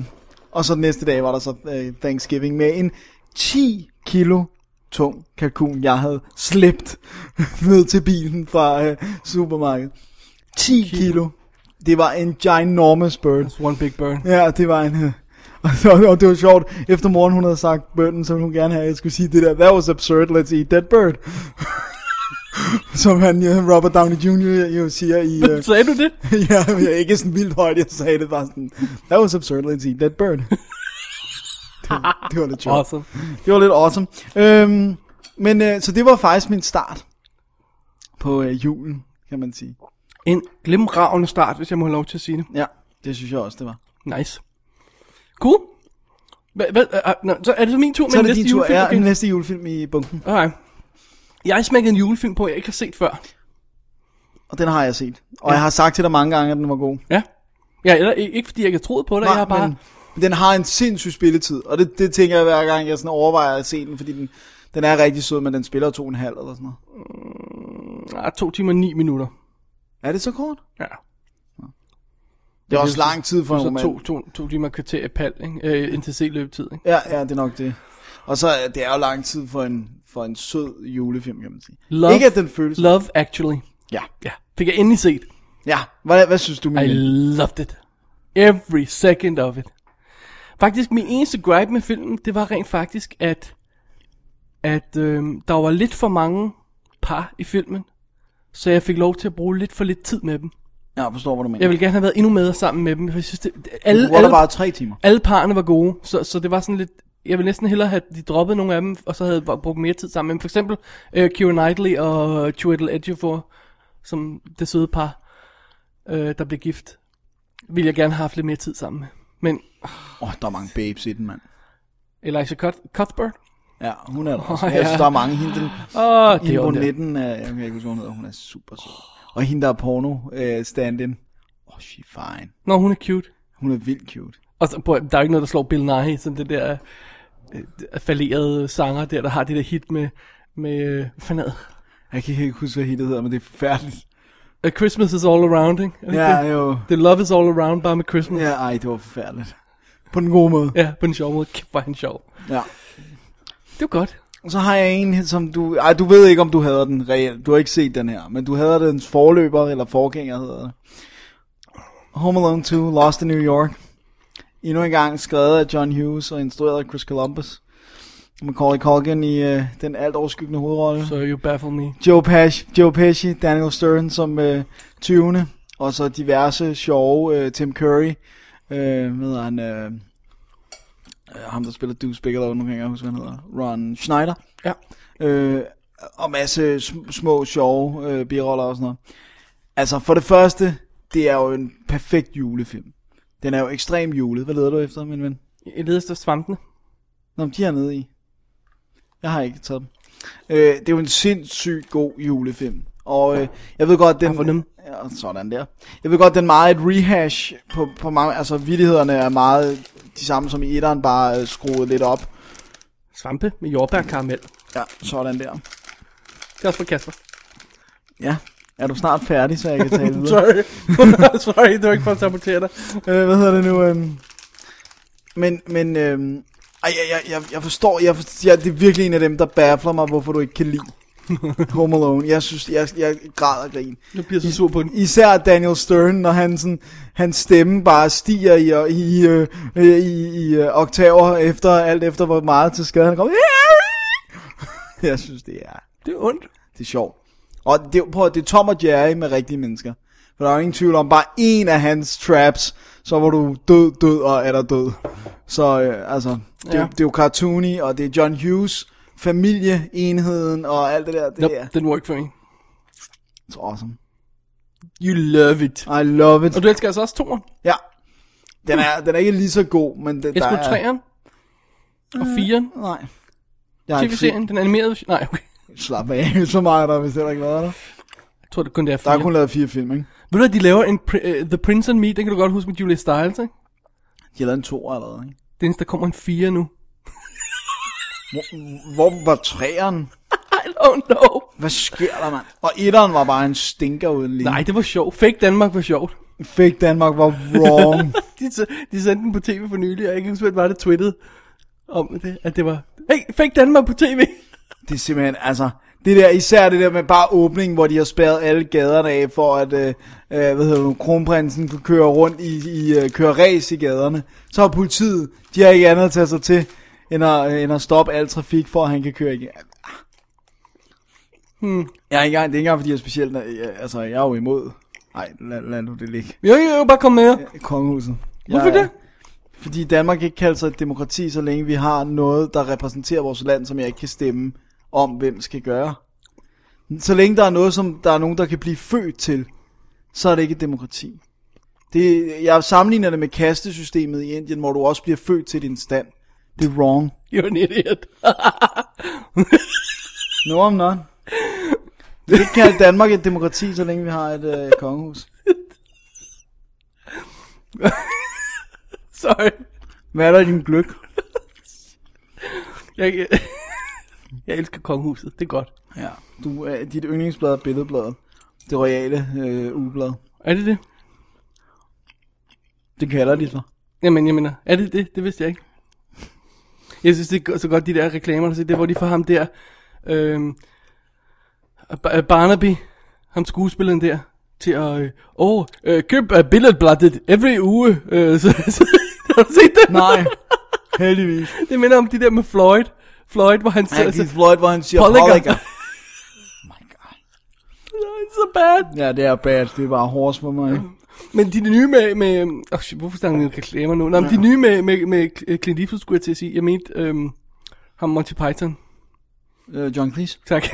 D: og så den næste dag var der så øh, Thanksgiving med en 10 kilo tung kalkun, jeg havde slæbt ned til bilen fra øh, supermarkedet. 10 kilo. kilo. Det var en ginormous bird.
E: It's one big burn.
D: Ja, det var en... øh, Og, så, og det var sjovt, efter morgen hun havde sagt bønden, så ville hun gerne have, at jeg skulle sige det der, that was absurd, let's eat that bird. Som han, ja, Robert Downey Jr. jo siger i... øh,
E: Sagde du det?
D: ja, men jeg er ikke sådan vildt højt, jeg sagde det bare sådan, that was absurd, let's eat that bird. det, var, det var lidt sjovt.
E: Awesome.
D: Det var lidt awesome. Øhm, men øh, så det var faktisk min start på øh, julen, kan man sige.
E: En glimragende start, hvis jeg må have lov til at sige det.
D: Ja, det synes jeg også, det var.
E: Nice. Cool. Hvad, hvad, øh, øh, nå, så er det så min tur
D: Så er
E: med
D: det
E: næste
D: din tur,
E: julefilm?
D: ja,
E: okay.
D: okay. næste julefilm i bunken,
E: Okay. Jeg smækkede en julefilm på, jeg ikke har set før.
D: og den har jeg set. Og ja. jeg har sagt til dig mange gange, at den var god.
E: Ja. Ja, eller, ikke ikke fordi jeg ikke har troet på det, jeg har bare...
D: men, men den har en sindssyg spilletid, og det, det tænker jeg hver gang, jeg sådan overvejer at se den, fordi den, den er rigtig sød, men den spiller to og en halv eller sådan noget.
E: Ah, to timer og ni minutter.
D: Er det så kort?
E: Ja.
D: Det er også lang tid for en
E: Så
D: roman.
E: to, to, to timer og kvarter i pal, ikke? Øh, NTC løbetid, ikke?
D: Ja, ja, det er nok det. Og så er det er jo lang tid for en, for en sød julefilm, kan man sige.
E: Love-
D: Ikke at den føles...
E: Love Actually.
D: Ja,
E: Ja, fik jeg endelig set.
D: ja. Hvad, hvad synes du,
E: I
D: min
E: loved it. Every second of it. Faktisk, min eneste gripe med filmen, det var rent faktisk, at, at øhm, der var lidt for mange par i filmen, så jeg fik lov til at bruge lidt for lidt tid med dem.
D: Jeg forstår, hvad du mener.
E: Jeg ville gerne have været endnu med sammen med dem, for jeg synes, det, det-
D: Du
E: alle,
D: var der
E: alle,
D: bare tre timer.
E: alle parerne var gode, så, så det var sådan lidt... Jeg ville næsten hellere have, at de droppet nogle af dem, og så havde jeg brugt mere tid sammen med dem. For eksempel øh, Keira Knightley og Chiwetel Ejiofor, som det søde par, øh, der blev gift, ville jeg gerne have haft lidt mere tid sammen med. Men
D: Åh, oh, der er mange babes i den, mand.
E: Elijah Cuth- Cuthbert?
D: Ja, hun er der også.
E: Åh,
D: Jeg synes,
E: ja.
D: der er mange hende, den,
E: Åh, oh, det
D: Hende
E: er
D: på
E: ondt.
D: 19, er, jeg kan ikke huske, hvad hun hedder, hun er super sød. Og hende, der er porno øh, stand-in. Oh, she fine.
E: Nå, hun er cute.
D: Hun er vildt cute.
E: Og så, prøv, at- der er jo ikke noget, der slår Bill Nye, som det der øh, falderede sanger der, der har det der hit med, med øh, hvad fanden er det?
D: Jeg kan ikke huske, hvad hittet hedder, men det er forfærdeligt.
E: A Christmas is all around, ikke? Er det
D: Ja,
E: ikke det?
D: jo.
E: The love is all around, bare med Christmas.
D: Ja, ej, det var forfærdeligt. På den gode måde.
E: Ja, på en sjov måde. Kæft, var han sjov.
D: Ja.
E: Det var godt.
D: Og Så har jeg en, som du... Ej, du ved ikke, om du hader den reelt. Du har ikke set den her, men du hader dens forløber, eller forgænger hedder det. Home Alone 2, Lost in New York. Endnu en gang skrevet af John Hughes og instrueret af Chris Columbus. Macaulay Culkin i øh, den alt overskyggende hovedrolle.
E: Så so you baffle me.
D: Joe, Pesci, Joe Pesci, Daniel Stern som øh, 20. Og så diverse sjove øh, Tim Curry. Øh, hvad hedder han? Øh, øh, ham, der spiller Deuce Bigelow, nu kan jeg ikke huske, hvad han hedder. Ron Schneider.
E: Ja.
D: Øh, og masse sm- små, sjove øh, biroller og sådan noget. Altså, for det første, det er jo en perfekt julefilm. Den er jo ekstrem julet. Hvad leder du efter, min ven?
E: Jeg leder efter svampene.
D: Nå, men de er nede i. Jeg har ikke taget dem. Øh, det er jo en sindssygt god julefilm. Og øh, jeg ved godt, den...
E: for dem.
D: Ja, sådan der. Jeg ved godt, den er meget et rehash på, på mange... Altså, vittighederne er meget de samme som i etteren, bare øh, skruet lidt op.
E: Svampe med jordbær og karamel.
D: Ja, sådan der.
E: Det er også fra Kasper.
D: Ja. Er du snart færdig, så jeg kan tale videre?
E: Sorry. Sorry, det var ikke for at sabotere dig.
D: øh, hvad hedder det nu? Øhm, men, men, øhm, ej, jeg, jeg, jeg, jeg forstår, jeg, forstår jeg, det er virkelig en af dem, der baffler mig, hvorfor du ikke kan lide Home Alone. Jeg synes, jeg, jeg græder af grin.
E: Jeg bliver så sur på den.
D: Især Daniel Stern, når han sådan, hans stemme bare stiger i, i, øh, øh, i, i øh, oktaver, efter, alt efter hvor meget til skade han kommer. Jeg synes, det er
E: Det er ondt.
D: det er sjovt. Og det, er jo- prøv, at- det er Tom og Jerry med rigtige mennesker. For der er jo ingen tvivl om, bare en af hans traps, så var du død, død og er der død. Så øh, altså, det, ja.
E: Ja.
D: det er jo cartoony, og det er John Hughes, familieenheden og alt det der. Det
E: Nope,
D: er
E: didn't work for me.
D: it's awesome.
E: You love it.
D: I love it.
E: Og du elsker altså også toren.
D: Ja. Den er, den er ikke lige så god, men den,
E: Jeg
D: der
E: skulle
D: er... Øh,
E: træeren. Og firen.
D: Nej. Jeg har ikke set,
E: TV-serien, den animerede. Nej, okay.
D: slap af, så meget er der, hvis der ikke været der.
E: Jeg tror, det kun det er
D: Der er
E: firen.
D: kun lavet fire film, ikke?
E: Ved du, at de laver en pri- uh, The Prince and Me, den kan du godt huske med Julia Stiles, ikke?
D: De har lavet en to allerede, ikke?
E: Det eneste, der kommer en fire nu.
D: Hvor, hvor var træeren?
E: I don't know.
D: Hvad sker der, mand? Og etteren var bare en stinker uden lige.
E: Nej, det var sjovt. Fake Danmark var sjovt.
D: Fake Danmark var wrong.
E: De, s- de sendte den på tv for nylig, og jeg kan huske, hvad det var, der twittede om det, at det var, hey, fake Danmark på tv.
D: det er simpelthen, altså... Det der, især det der med bare åbningen, hvor de har spærret alle gaderne af, for at, øh, øh, hvad hedder du, kronprinsen kunne køre rundt i, i øh, køre ræs i gaderne. Så har politiet, de har ikke andet at tage sig til, end at, øh, end at stoppe al trafik, for at han kan køre igen. Hmm. Jeg er ikke engang, det er ikke engang, fordi jeg er specielt, jeg, altså, jeg er jo imod. Nej, lad, lad nu det ligge.
E: Jo, jo, jo, bare kom med.
D: Kongehuset.
E: Hvorfor
D: Jeg er-
E: det?
D: Fordi Danmark ikke kalder sig et demokrati, så længe vi har noget, der repræsenterer vores land, som jeg ikke kan stemme om, hvem skal gøre. Så længe der er noget, som der er nogen, der kan blive født til, så er det ikke et demokrati. Det, jeg sammenligner det med kastesystemet i Indien, hvor du også bliver født til din stand. Det er wrong.
E: You're an idiot.
D: No, I'm not. Vi kan ikke kalde Danmark et demokrati, så længe vi har et øh, kongehus.
E: Sorry.
D: Hvad er der i din gløk?
E: Jeg, jeg, jeg elsker kongehuset, det er godt.
D: Ja, du, øh, dit yndlingsblad er billedbladet. Det royale øh, ugeblad.
E: Er det det?
D: Det kalder de så.
E: Jamen, jeg mener, er det det? Det vidste jeg ikke. Jeg synes, det er så godt, de der reklamer, der siger, det, hvor de får ham der, øhm, Bar- Barnaby, ham skuespilleren der, til at, øh, åh, øh, køb øh, billedbladet every uge, øh, så, så, har du set det?
D: Nej, heldigvis.
E: Det minder om de der med Floyd, Floyd, hvor han
D: Ja,
E: siger,
D: Keith Floyd, hvor han siger
E: Polliger.
D: Polliger.
E: så bad.
D: Ja, det er bad. Det er bare hårdt for mig.
E: Mm. Men de nye med... med oh, shit, hvorfor snakker vi om reklamer nu? Nej, men de nye med, med, med Clint Eastwood, skulle jeg til at sige. Jeg mente øhm, ham Monty Python.
D: Øh, John Cleese.
E: Tak.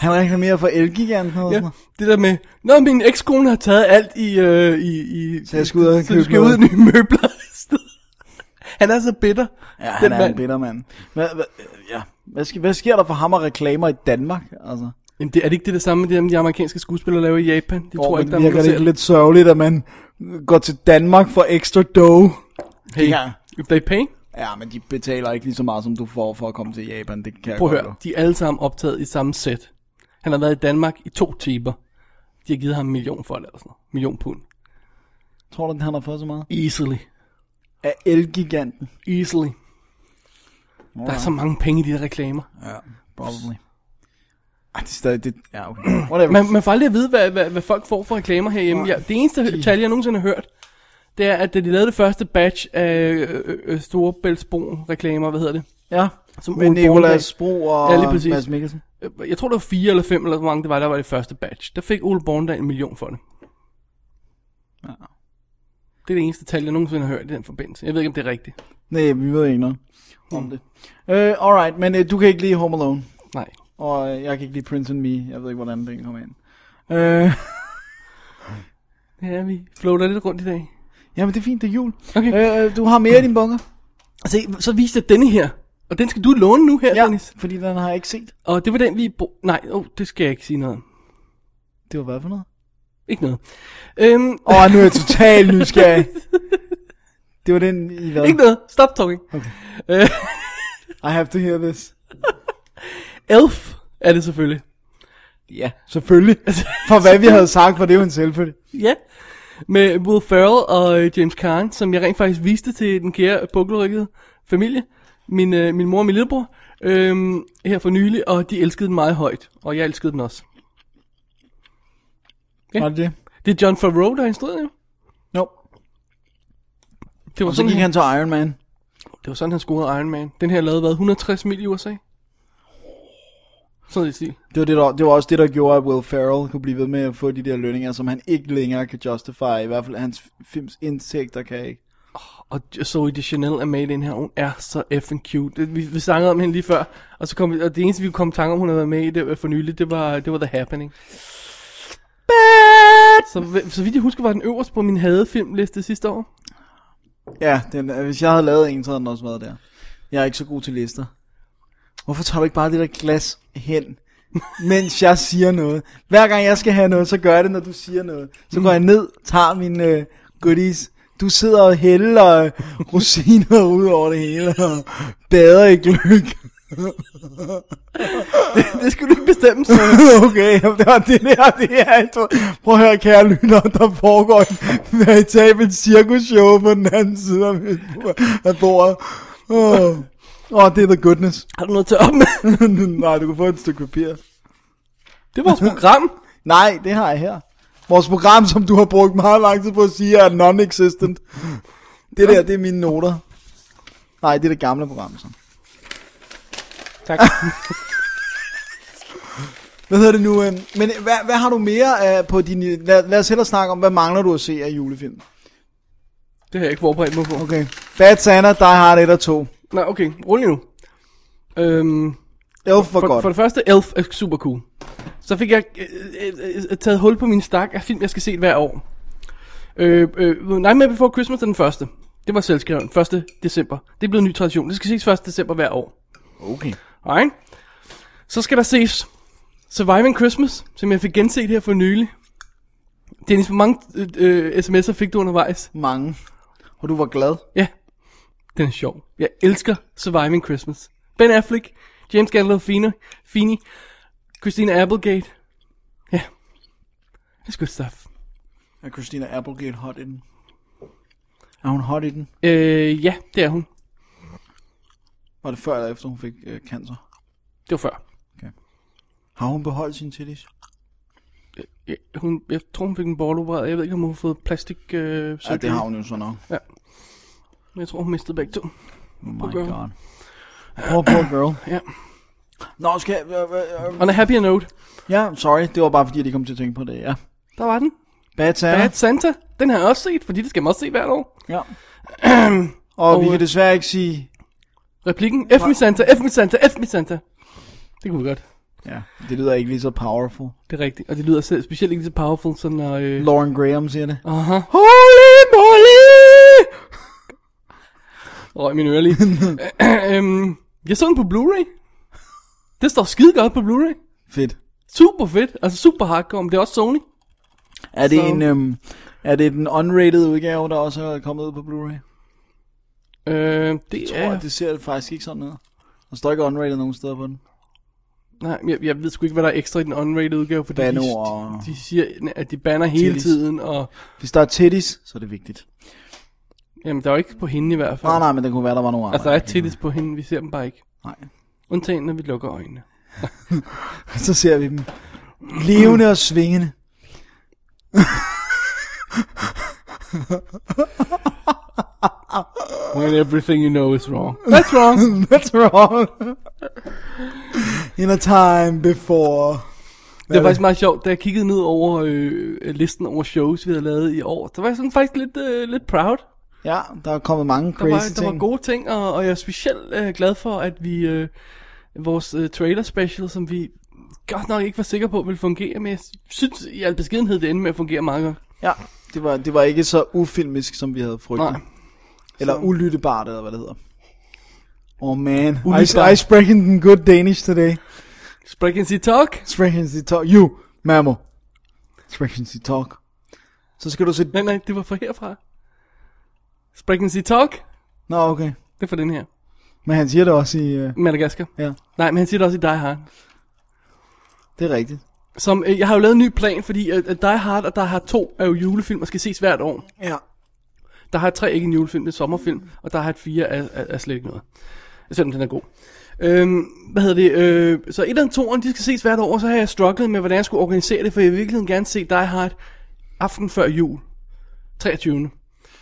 D: Han reklamerer for Elgiganten og
E: ja,
D: sådan noget.
E: det der med... Nå, min ekskone har taget alt i... Øh, i, i
D: Så jeg skal ud og
E: så du
D: købe
E: skal ud
D: noget.
E: og nye møbler. i stedet. han er så bitter.
D: Ja,
E: den
D: han er
E: mand.
D: en bitter mand. Hvad, hvad, øh, ja. hvad, sker, hvad sker der for ham og reklamer i Danmark? Altså,
E: Jamen, det, er det ikke det der samme med det, der, de amerikanske skuespillere laver i Japan? Det tror jeg ikke, der er
D: virker
E: nogen,
D: det
E: der
D: ikke
E: ser.
D: lidt sørgeligt, at man går til Danmark for ekstra dough?
E: Hey,
D: Ja.
E: if they pay.
D: Ja, men de betaler ikke lige så meget, som du får for at komme til Japan. Det kan jeg
E: Prøv at
D: godt
E: høre,
D: love.
E: de er alle sammen optaget i samme sæt. Han har været i Danmark i to timer. De har givet ham en million for det, eller sådan noget. Million pund.
D: Tror du, han har fået så meget?
E: Easily.
D: Af Elgiganten.
E: Easily. Der er så mange penge i de der reklamer.
D: Ja, probably. Ej, det er stadig... Det, ja, okay. Whatever.
E: Man, man får aldrig at vide, hvad, hvad, hvad folk får for reklamer herhjemme. Jeg, det eneste tal, jeg nogensinde har hørt, det er, at da de lavede det første batch af øh, øh, øh, Storebæltsbro-reklamer, hvad hedder det?
D: Ja,
E: Som
D: med
E: Ole
D: Nicolas Bro og
E: Ja, lige præcis.
D: Mads Mikkelsen.
E: Bornedal- Øh, Jeg tror, det var fire eller fem, eller hvor mange det var, der var det første batch. Der fik Ole Borndal en million for det.
D: Ja.
E: Det er det eneste tal, jeg nogensinde har hørt i den forbindelse. Jeg ved ikke, om det er rigtigt.
D: Nej, vi ved ikke noget om det. Øh, alright, men øh, du kan ikke lide Home Alone,
E: Nej.
D: og øh, jeg kan ikke lide Prince and Me. Jeg ved ikke, hvordan den kommer ind. Øh,
E: Ja, vi floater lidt rundt i dag.
D: jamen, det er fint, det er jul.
E: Okay.
D: Øh, du har mere i din bunker?
E: Se, så viste jeg denne her. Og den skal du låne nu her, ja. Dennis.
D: fordi den har jeg ikke set.
E: Og det var den, vi... Bro- Nej, oh, det skal jeg ikke sige noget om.
D: Det var hvad for noget?
E: Ikke noget. Øhm,
D: Åh, oh, nu er jeg totalt nysgerrig. det var den, I hvad?
E: ikke noget. Stop talking. Okay. Øh,
D: I have to hear this.
E: Elf er det selvfølgelig. Ja.
D: Selvfølgelig. For hvad vi havde sagt, var det jo en selvfølgelig.
E: Ja. Med Will Ferrell og øh, James Caan, som jeg rent faktisk viste til den kære pukkelrykkede familie. Min, øh, min mor og min lillebror. Øhm, her for nylig, og de elskede den meget højt. Og jeg elskede den også. Ja.
D: Var det det?
E: Det er John Favreau, der har instrueret den jo.
D: Jo.
E: Det var,
D: Og så
E: sådan,
D: gik
E: han,
D: han til Iron Man.
E: det var sådan, han scorede Iron Man. Den her lavede, hvad, 160 mil i USA? Sådan i stil.
D: Det var, det, der, det var også det, der gjorde, at Will Ferrell kunne blive ved med at få de der lønninger, som han ikke længere kan justify. I hvert fald hans films indtægter kan ikke.
E: Og Zoe de Chanel er med i den her, hun er så effing cute. Det- Vi, vi snakkede om hende lige før, og, så kom, vi- og det eneste, vi kunne komme i tanke om, hun havde været med i det var for nylig, det var, det var The Happening. Så, vi- så vidt jeg husker, var den øverst på min hadefilmliste sidste år.
D: Ja, den, hvis jeg havde lavet en, så havde den også været der. Jeg er ikke så god til lister. Hvorfor tager du ikke bare det der glas hen, mens jeg siger noget? Hver gang jeg skal have noget, så gør jeg det, når du siger noget. Så går jeg ned, tager mine øh, goodies. Du sidder og hælder øh, rosiner ud over det hele og bader i gløk.
E: Det skulle du ikke bestemme, så.
D: okay, jamen, det var det der, det er alt. Prøv at høre, kære lytter, der foregår en veritabel cirkusshow på den anden side af mit- af bordet. Åh, oh. oh, det er the goodness.
E: Har du noget til op med?
D: Nej, du kan få et stykke papir.
E: Det var vores program.
D: Nej, det har jeg her. Vores program, som du har brugt meget lang tid på at sige, er non-existent. Det der, det er mine noter. Nej, det er det gamle program, så.
E: Tak.
D: Hvad hedder det nu? øhm, Men hvad, hvad har du mere øh, på din... Lad, lad os hellere snakke om, hvad mangler du at se af julefilm?
E: Det har jeg ikke forberedt mig på. Okay.
D: Okay. Bad Santa, Die Hard 1 og 2.
E: Nå, okay, rulle nu. Øhm,
D: Elf var
E: for,
D: godt.
E: for det første, Elf er super cool. Så fik jeg øh, øh, øh, taget hul på min stak af film, jeg skal se hvert år. Øh, øh, Nightmare Before Christmas er den første. Det var selvskrevet. 1. december. Det er blevet en ny tradition. Det skal ses 1. december hver år.
D: Okay.
E: Alright? Så skal der ses Surviving Christmas, som jeg fik genset her for nylig. Dennis, hvor mange øh, øh, sms'er fik du undervejs?
D: Mange. Og du var glad.
E: Ja, den er sjov. Jeg elsker Surviving Christmas. Ben Affleck, James Gandolfini, Fini, Christina Applegate. Ja, it's good stuff.
D: Er Christina Applegate hot i den? Er hun hot i den?
E: Øh, ja, det er hun.
D: Var det før eller efter, hun fik øh, cancer?
E: Det var før.
D: Har hun beholdt sin titties?
E: Ja, hun, jeg tror, hun fik en bortopereret. Jeg ved ikke, om hun har fået plastik øh,
D: Ja, det
E: surgery,
D: har hun jo så nok.
E: Men jeg tror, hun mistede begge to.
D: Oh my
E: girl.
D: god. Poor, poor girl.
E: Ja.
D: Nå, skal jeg... øh, øh, øh,
E: On a happier note,
D: Ja, sorry. Det var bare fordi, jeg lige kom til at tænke på det, ja.
E: der var den.
D: Bad Santa.
E: Bad Santa, den har jeg også set, fordi det skal man også se hvert år.
D: Ja. og, og vi
E: Og,
D: kan
E: øh,
D: desværre ikke sige...
E: Replikken, F me Santa, F me Santa, F me Santa. Det kunne vi godt.
D: Ja, det lyder ikke lige så powerful.
E: Det er rigtigt, og det lyder selv- specielt ikke så powerful, som når... Øh,
D: Lauren Graham siger det.
E: Aha. Holy moly! Røg min øre lige. øhm, jeg så den på Blu-ray. Det står skide godt på Blu-ray.
D: Fedt.
E: Super fedt, altså super hardcore, men det er også Sony.
D: Er det,
E: Så-
D: en, øhm, er det den unrated udgave, der også er kommet ud på Blu-ray?
E: Øh, det
D: Jeg tror,
E: er...
D: ja. det ser faktisk ikke sådan ud. Der står ikke unrated nogen steder på den.
E: Nej, jeg, jeg ved sgu ikke, hvad der er ekstra i den unrated udgave, fordi de,
D: Banner og-
E: de, siger, at de banner hele
D: Tillis.
E: tiden, og...
D: Hvis der er titties, så er det vigtigt.
E: Jamen, der er jo ikke på hende i hvert fald.
D: Nej, nej, men det kunne være, der var nogle andre.
E: Altså, der er tittis på hende, vi ser dem bare ikke.
D: Nej.
E: Undtagen, når vi lukker øjnene.
D: Så ser vi dem. Levende og svingende.
E: When everything you know is wrong. That's wrong.
D: That's wrong. In a time before.
E: Det var faktisk meget sjovt, da jeg kiggede ned over øh, listen over shows, vi havde lavet i år, så var jeg sådan faktisk lidt, øh, lidt proud.
D: Ja, der er kommet mange
E: Der, var,
D: crazy
E: der var
D: ting.
E: gode ting, og, og jeg er specielt øh, glad for, at vi øh, vores øh, trailer special, som vi godt nok ikke var sikre på ville fungere, men jeg synes i al beskedenhed, det endte med at fungere meget godt.
D: Ja, det var, det var ikke så ufilmisk, som vi havde frygtet.
E: Nej.
D: Eller
E: Så-
D: ulyttebart, eller hvad det hedder. Oh man,
E: Ulyttebart.
D: I, I speaking in good Danish today.
E: Spregency Talk.
D: Speaking the talk. You, mammo. Speaking the talk. Så skal du se...
E: Nej, nej, det var fra herfra. Spregency Talk.
D: Nå, okay.
E: Det er fra den her.
D: Men han siger det også i... Uh...
E: Madagaskar.
D: Ja,
E: Nej, men han siger det også i Die Hard.
D: det er rigtigt.
E: Som, øh, jeg har jo lavet en ny plan, fordi øh, Die Hard og Die Hard 2 er jo julefilm og skal ses hvert år.
D: Ja.
E: Der har tre ikke en julefilm, det er en sommerfilm, og der har et fire er, er, er slet ikke noget. Selvom den er god. Øhm, hvad hedder det? Øh, så et af toerne, de skal ses hvert år, så har jeg strugglet med, hvordan jeg skulle organisere det, for jeg vil virkelig gerne se Die Hard aften før jul. 23.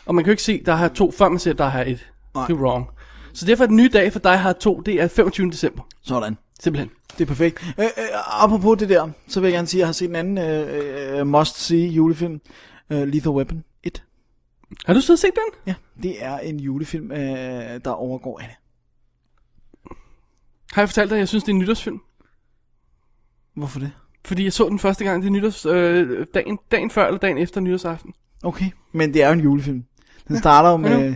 E: Og man kan jo ikke se, der har to, før man ser, der har et.
D: Nej.
E: Det er wrong. Så derfor er den nye dag for Die Hard 2, det er 25. december.
D: Sådan.
E: Simpelthen.
D: Det er perfekt. Øh, øh, apropos det der, så vil jeg gerne sige, at jeg har set en anden øh, øh, must-see julefilm. Øh, Lethal Weapon 1.
E: Har du siddet og set den?
D: Ja, det er en julefilm, øh, der overgår alle.
E: Har jeg fortalt dig, at jeg synes, det er en nytårsfilm?
D: Hvorfor det?
E: Fordi jeg så den første gang, det er nytårs, øh, dagen, dagen før eller dagen efter nytårsaften.
D: Okay, men det er jo en julefilm. Den starter jo
E: I
D: med...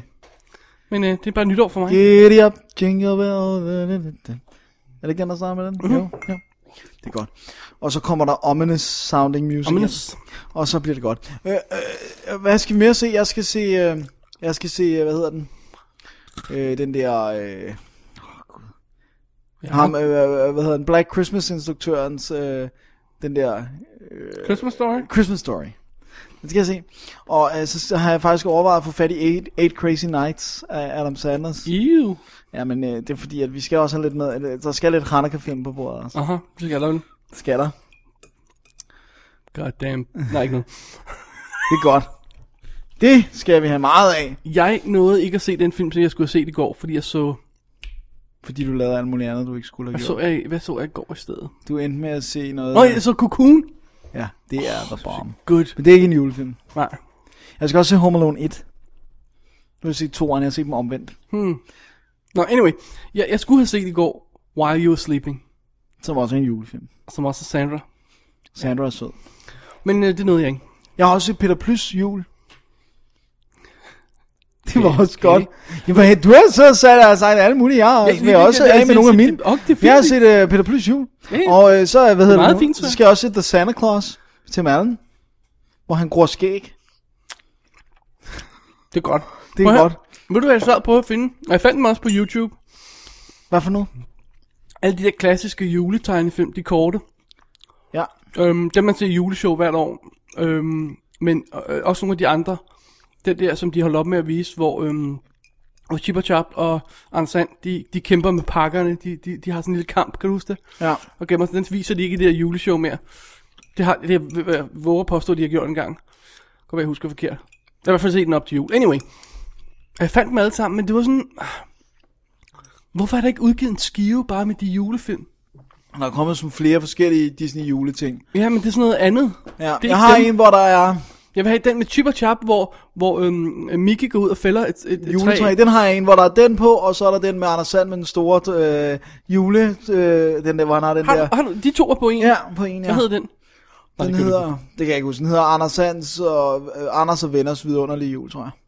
E: Men øh, det er bare nytår for mig.
D: Giddy up, jingle bell... da, da, da, da. Er det ikke den, der starter med den? Mm-hmm. Jo, jo. Det er godt. Og så kommer der ominous sounding music. ind,
E: Ominous.
D: Og så bliver det godt. Øh, øh, hvad skal vi mere se? Jeg skal se... Øh, jeg skal se... øh, Hvad hedder den? Øh, den der... Øh,
E: Ja.
D: ham, øh, øh, hvad hedder den? Black Christmas-instruktørens... Øh, den der...
E: Christmas Story.
D: Christmas Story. Det skal jeg se. Og øh, så så har jeg faktisk overvejet at få fat i Eight, Eight Crazy Nights af Adam Sanders.
E: Ew.
D: Ja, men øh, det er fordi, at vi skal også have lidt med, eller, der skal lidt Hanukkah-film på bordet. Altså.
E: Aha, så skal jeg lave den.
D: Skal der?
E: God damn. Nej, ikke noget.
D: Det er godt. Det skal vi have meget af,
E: Jeg nåede ikke at se den film, som jeg skulle have set i går, fordi jeg så...
D: fordi du lavede alt muligt andet, du ikke skulle have
E: Hvad så
D: gjort.
E: jeg, hvad så jeg i går i stedet?
D: Du endte med at se noget...
E: Nå, jeg så Cocoon.
D: Ja, det er The Bomb.
E: Good.
D: Men det er ikke en julefilm.
E: Nej.
D: Jeg skal også se Home Alone 1. Nu har jeg set toeren, jeg har set dem omvendt.
E: Nå, anyway. Jeg, jeg skulle have set i går While You Were Sleeping,
D: Som også er en julefilm.
E: som også er Sandra.
D: Sandra er sød.
E: Men øh, det nåede jeg ikke.
D: Jeg har også set Peter Plys jul. Det var
E: Okay,
D: også
E: okay.
D: godt. Jamen, hey, du har så sat og sagt alle mulige, jeg har
E: Ja,
D: ja,
E: det-
D: jeg,
E: det-
D: har også
E: det- det-
D: af med
E: det-
D: nogle af
E: det-
D: mine.
E: det- og det er fint,
D: jeg har
E: det-
D: set uh, Peter Plys jul.
E: Ja, ja.
D: Og øh, så, hvad hedder
E: meget
D: det, nu?
E: fint, tror
D: så
E: jeg.
D: skal jeg også se The Santa Claus til Malen, hvor han gror skæg.
E: Det er godt.
D: Det er
E: Prøv at
D: godt.
E: høre. Ved du, hvad jeg sad på at finde? Og jeg fandt dem også på YouTube.
D: Hvad for noget?
E: Alle de der klassiske juletegnefilm, de korte.
D: Ja.
E: Øhm, dem man ser i juleshow hvert år. Øhm, men øh, også nogle af de andre. Den der, som de holdt op med at vise, hvor, øhm, hvor Chip og Chap og Anders Sand, de, de kæmper med pakkerne. De, de, de har sådan en lille kamp, kan du huske det?
D: Ja.
E: Og gemmer, den viser de ikke i det der juleshow mere. Det har det øh, jeg våger at påstå, at de har gjort en gang. Godt være, jeg husker forkert. Jeg har i hvert fald set den op til jul. Anyway. Og Jeg fandt dem alle sammen, men det var sådan... ah, Hvorfor er der ikke udgivet en skive bare med de julefilm?
D: Der er kommet sådan flere forskellige Disney juleting.
E: Ja, men det er sådan noget andet. Det
D: Ja.
E: er ikke
D: Jeg har
E: dem.
D: en, hvor der er
E: Jeg vil have den med Chip og Chap, hvor, hvor øhm, Mickey går ud og fælder et, et, et
D: juletræ.
E: træ.
D: Den har jeg en, hvor der er den på, og så er der den med Anders Sand med den store øh, jule. Øh, den der, hvor han har den
E: Har,
D: der.
E: du- har du, de to er på en.
D: Ja, på en, ja.
E: Hvad hedder den? Nej,
D: Den
E: det gør
D: hedder,
E: du
D: det kan jeg ikke huske, den hedder Anders, Hans og, øh, Anders og Venners vidunderlige jul, tror jeg.
E: ikke.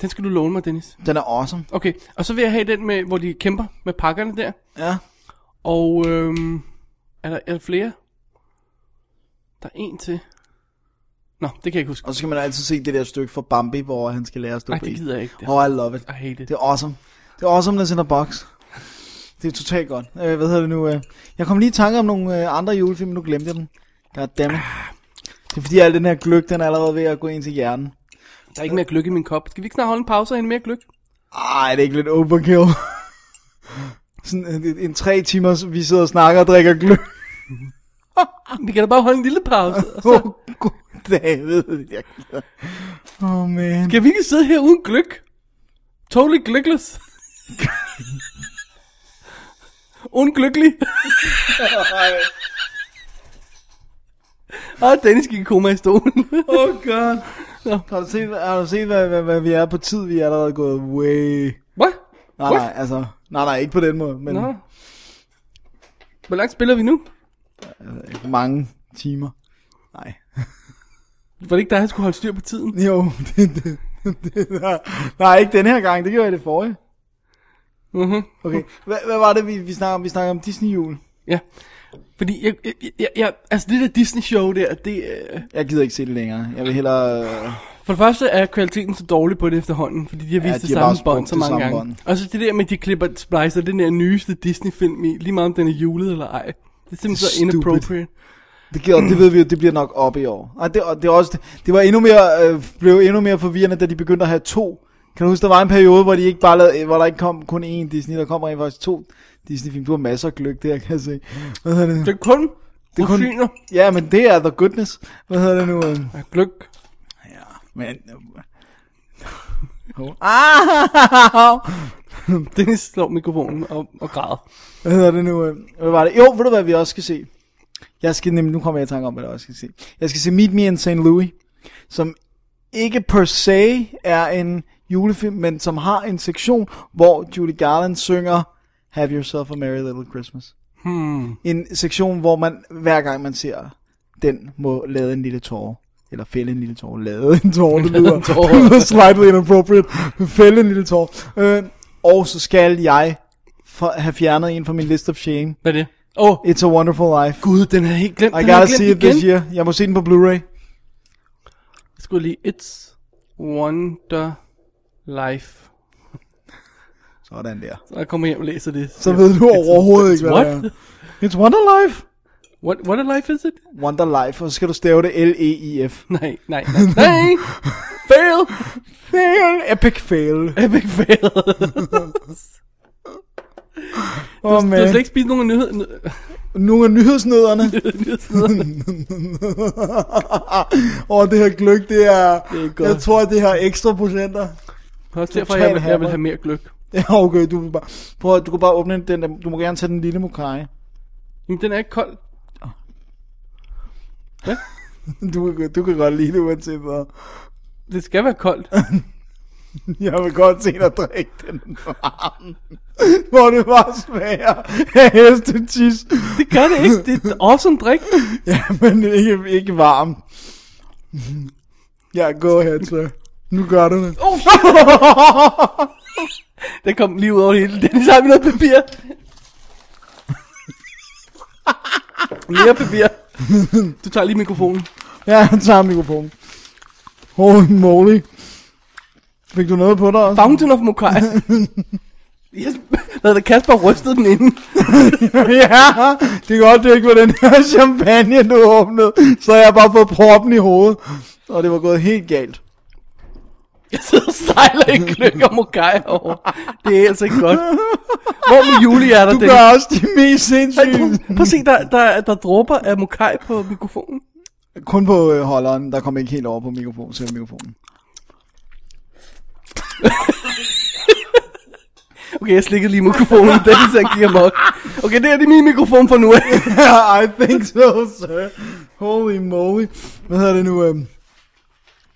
E: Den skal du låne mig, Dennis.
D: Den er awesome.
E: Okay, og så vil jeg have den, med, hvor de kæmper med pakkerne der.
D: Ja.
E: Og øhm, er, der, er der flere? Der er en til. Nå, det kan jeg ikke huske.
D: Og så skal man altid se det der stykke fra Bambi, hvor han skal lære at stå
E: Nej,
D: på
E: det
D: is.
E: gider jeg ikke. Det
D: Oh, I love it.
E: I hate it.
D: Det er awesome. Det er awesomeness in a box. Det er totalt godt. Øh, hvad hedder det nu? Øh? Jeg kom lige i tanke om nogle øh, andre julefilm, men nu glemte jeg dem. Goddammit. Det er fordi, al den her gløk, den er allerede ved at gå ind til hjernen.
E: Der er ikke mere gløk i min kop. Skal vi ikke snart holde en pause og hente mere gløk?
D: Ej, det er ikke lidt overkill. Sådan en, en tre timer, så vi sidder og snakker og drikker gløk.
E: ah, Vi kan da bare holde en lille pause. og
D: Åh,
E: så-
D: oh, gud, David. Jeg gider. Åh, oh, man.
E: Kan vi ikke sidde her uden gløk? Totally glückless. Unglücklig. Åh, Ah, Dennis gik i koma i stolen.
D: Åh, oh, god. Har du set, har du set hvad, hvad, hvad, vi er på tid? Vi er allerede gået way...
E: Hvad?
D: Nej,
E: What?
D: nej, altså... Nej, nej, ikke på den måde, men
E: Nå. Hvor langt spiller vi nu?
D: mange timer. Nej.
E: Var det ikke dig, der skulle holde styr på tiden?
D: Jo, det, det, det, nej, nej, ikke den her gang. Det gjorde jeg det forrige.
E: Mhm.
D: Okay, hvad, hvad var det, vi, vi snakker om? Vi snakker om Disney-jul.
E: Ja. Fordi jeg, jeg, jeg, jeg, altså det der Disney show der, det, øh,
D: Jeg gider ikke se det længere. Jeg vil hellere... Øh,
E: for det første er kvaliteten så dårlig på det efterhånden, fordi de har vist
D: Ja,
E: ja, det
D: de har bare
E: samme bånd
D: brugt
E: så
D: det
E: mange
D: samme
E: gange.
D: bånd.
E: Og så det der med, at de klipper splicer den der nyeste Disney film i, lige meget om den er julet eller ej. Det er simpelthen så
D: Stupid.
E: inappropriate.
D: Det, giver, det ved vi jo, det bliver nok op i år. Og det, og det, er også, det, det var endnu mere, øh, blev endnu mere forvirrende, da de begyndte at have to. Kan du huske, der var en periode, hvor, de ikke bare lavede, hvor der ikke kom kun én Disney, der kom rent faktisk to Disney-film. Du har masser af gløk der, kan jeg se. Hvad hedder det?
E: Det er kun
D: Det er kun-
E: rosiner.
D: Ja, men det er The Goodness. Hvad hedder det nu? øhm?
E: Ja, gløk.
D: Men... Ah!
E: Dennis slår mikrofonen og, og græder.
D: Hvad hedder det nu? øh? Hvad var det? Jo, ved du hvad vi også skal se? Jeg skal nemlig, nu kommer jeg i tanke om, hvad jeg også skal se. Jeg skal se Meet Me in St. Louis, som ikke per se er en julefilm, men som har en sektion, hvor Judy Garland synger Have Yourself a Merry Little Christmas. Hmm. En sektion, hvor man hver gang man ser den, må lade en lille tårer. Eller fælde en lille tår. Lade en tår, det lyder,
E: tåre.
D: det lyder slightly inappropriate. Fælde en lille tår. Øh, og så skal jeg for, have fjernet en fra min list of shame.
E: Hvad er det? Åh, oh,
D: It's a Wonderful Life.
E: gud, den er helt glemt.
D: I
E: den er
D: gotta
E: glemt
D: see it
E: igen.
D: this year. Jeg må se den på Blu-ray.
E: Jeg skulle lige, it's wonder life.
D: Sådan der.
E: Så jeg kommer hjem og læser det.
D: Så ved du overhovedet ikke, hvad
E: what?
D: det er. It's Wonder Life.
E: What, what a life is it?
D: Wonder Life, og så skal du stave det E L-E-I-F.
E: Nej, nej, nej, nej. Fail.
D: Fail, epic fail.
E: Epic fail.
D: Åh, oh,
E: Du har
D: man.
E: slet ikke spist nogen nyhed. nyhed-
D: Nogle af nyhedsnødderne.
E: nyheder.
D: Åh, oh, det her gløk, det er...
E: Det er godt.
D: jeg tror, det her ekstra procenter.
E: Det er Også derfor,
D: Total
E: jeg vil, jeg vil
D: hammer.
E: have mere gløk.
D: Ja, okay, du, vil bare, prøv, at- du kan bare åbne den der, du må gerne tage den lille mokai.
E: Jamen, den er ikke kold.
D: Du, kan- du kan godt lide det, uanset hvad.
E: Det skal være koldt.
D: Jeg vil godt se dig drikke den varm. Hvor det bare smager af hestetys.
E: Det gør det ikke. Det er et awesome drik.
D: Ja, men ikke, ikke varm. Ja, gå her, så. Nu gør du det.
E: Oh, shit. Den kom lige ud over det hele. Dennis, har vi noget papir? Mere papir. Du tager lige mikrofonen.
D: Ja, han tager mikrofonen. Holy moly. Fik du noget på dig også?
E: Fountain of Mokai. Yes. Hvad er det? Kasper rystede den inden.
D: ja, det er godt, det ikke var den her champagne, du åbnede. Så har jeg bare fået proppen i hovedet. Og det var gået helt galt.
E: Jeg sidder og sejler i gløk og Mokai over. Det er altså ikke godt. Hvor med Julie er der,
D: Du
E: Dennis?
D: gør også de mest
E: Hey, prøv,
D: sindssyge.
E: prøv at se, der, der, der dråber af Mokai på mikrofonen.
D: Kun på øh, holderen, der kom ikke helt over på mikrofonen, selv mikrofonen.
E: Okay, jeg slikkede lige mikrofonen, den er sådan giver mig. Okay, det her det er min mikrofon for nu. af.
D: I think so, sir. Holy moly. Hvad hedder det nu? Åh, um,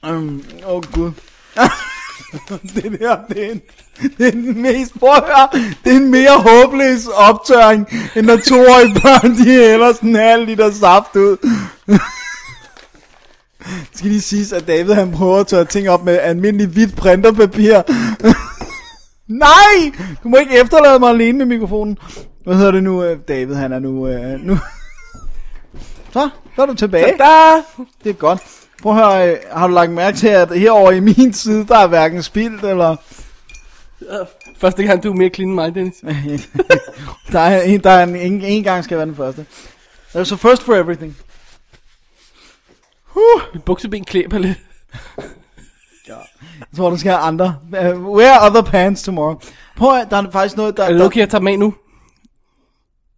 D: um, oh, gud. det der, det er en, det er den mest, prøv at høre, det er en mere håbløs optøring, end når toårige børn, de hælder sådan en halv liter saft ud. Det skal lige siges, at David han prøver at tørre ting op med almindelig hvidt printerpapir. Nej! Du må ikke efterlade mig alene med mikrofonen. Hvad hedder det nu? øh, David, han er nu... Øh, nu. Så, så er du tilbage.
E: Da!
D: Det er godt. Prøv at høre, øh, har du lagt mærke til, at herovre i min side, der er hverken spildt eller...
E: Første gang, du er mere clean end mig, Dennis.
D: der er, en, der er en, en, en gang skal være den første. There's a first for everything.
E: Mit bukseben klæber lidt.
D: Jeg tror, du skal have andre. Uh, wear other pants tomorrow. Prøv at, der er faktisk noget, der...
E: Er det okay, jeg tager dem af nu?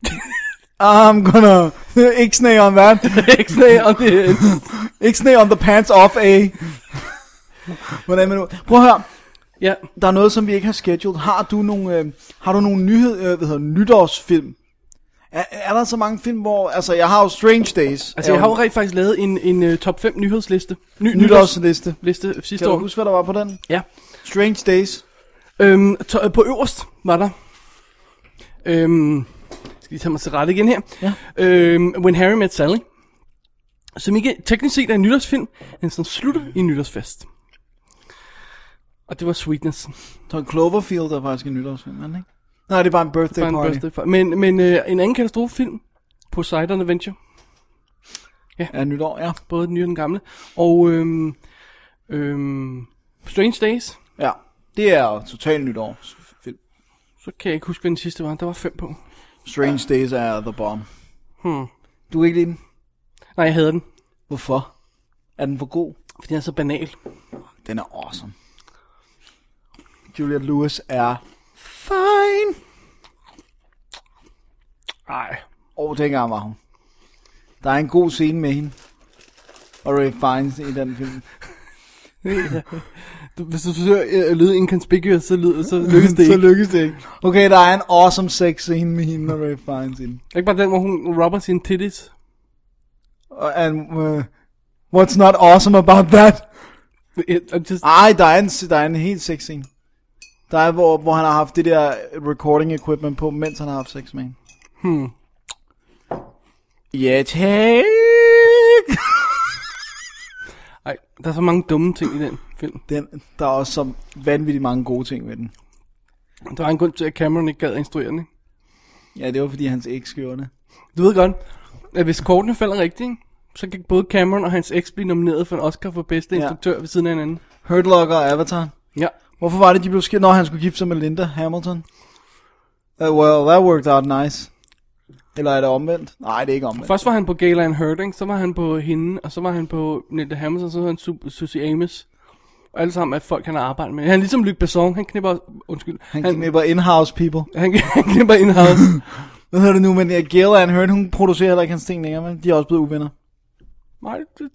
D: der Ah, I'm gonna... ikke sne on that.
E: Ikke sådan, her, og det er
D: Ikke sne on the pants off A. Hvordan man nu... Prøv at høre.
E: Ja,
D: der er noget, som vi ikke har scheduled. Har du nogle, øh, har du nogle nyhed, øh, hvad hedder, det, nytårsfilm? Er, er, der så mange film, hvor... Altså, jeg har jo Strange Days.
E: altså jeg har jo rent faktisk lavet en, en uh, top 5 nyhedsliste. Ny,
D: nytårsliste.
E: nytårsliste sidste
D: Kan du
E: år.
D: huske, hvad der var på den?
E: Ja.
D: Strange Days.
E: Øhm, to, øh, på øverst var der... Øhm, skal lige tage mig til rette igen her.
D: Ja.
E: Øhm, When Harry Met Sally. Som ikke teknisk set er en nytårsfilm, men som slutter i en nytårsfest. Og det var Sweetness.
D: Så Cloverfield er faktisk en nytårsfilm, er den ikke? Nej, det er bare en birthday
E: Bare en
D: party.
E: birthday party. Men, men øh, en anden katastrofefilm, Poseidon Adventure,
D: Ja, nytår, ja.
E: både den nye og den gamle, og øhm, øhm, Strange Days,
D: Ja, det er jo totalt nytårsfilm.
E: så kan jeg ikke huske, hvad den sidste var. Der var fem på.
D: Strange Days er The Bomb. Hmm. Du kan ikke lide den?
E: Nej, jeg hader den,
D: Hvorfor? Er den for god?
E: fordi den er så banal.
D: Den er awesome. Juliette Lewis er fine.
E: Nej.
D: Og dengang var hun. Der er en god scene med hende. Og Ray Fiennes i den film.
E: Hvis du forsøger øh, at lyde inconspicuous, så, lyder, så lykkes det ikke.
D: Så lykkes det ikke. Okay, der er en awesome sex scene med hende og Ray Fiennes i den.
E: Ikke bare den, hvor hun robber sine titties.
D: Og- And, uh, what's not awesome about that?
E: It, I'm just,
D: Ej, der er en, der er en helt sex scene. Der er, hvor, hvor han har haft det der recording equipment på, mens han har haft sex med hende.
E: hmm.
D: Ja, tak. Ah.
E: Ej, der er så mange dumme ting i den film.
D: Den, der er også så vanvittigt mange gode ting ved den.
E: Der er en grund til, at Cameron ikke gad at instruere den, ikke?
D: Ja, det var fordi hans eks gjorde det.
E: Du ved godt, at hvis kortene falder rigtigt, ikke? så kan både Cameron og hans eks blive nomineret for en Oscar for bedste
D: Ja.
E: instruktør ved siden af hinanden.
D: Hurt Locker og Avatar.
E: Ja.
D: Hvorfor var det, de blev skilt, når han skulle gifte sig med Linda Hamilton? Uh, well, that worked out nice. Eller er det omvendt? Nej, det er ikke omvendt.
E: Først var han på Galen Hurting, så var han på hende, og så var han på Nette Hamilton, så var han Su- Susie Amos. Og alle sammen er folk, han har arbejdet med. Han er ligesom Luc Besson, han knipper... Undskyld.
D: Han knipper in-house people.
E: han, han knipper in-house.
D: Hvad hedder det nu, men ja, Gail Ann Hurt, hun producerer heller ikke hans ting længere, men de er også blevet uvenner.
E: Nej, det...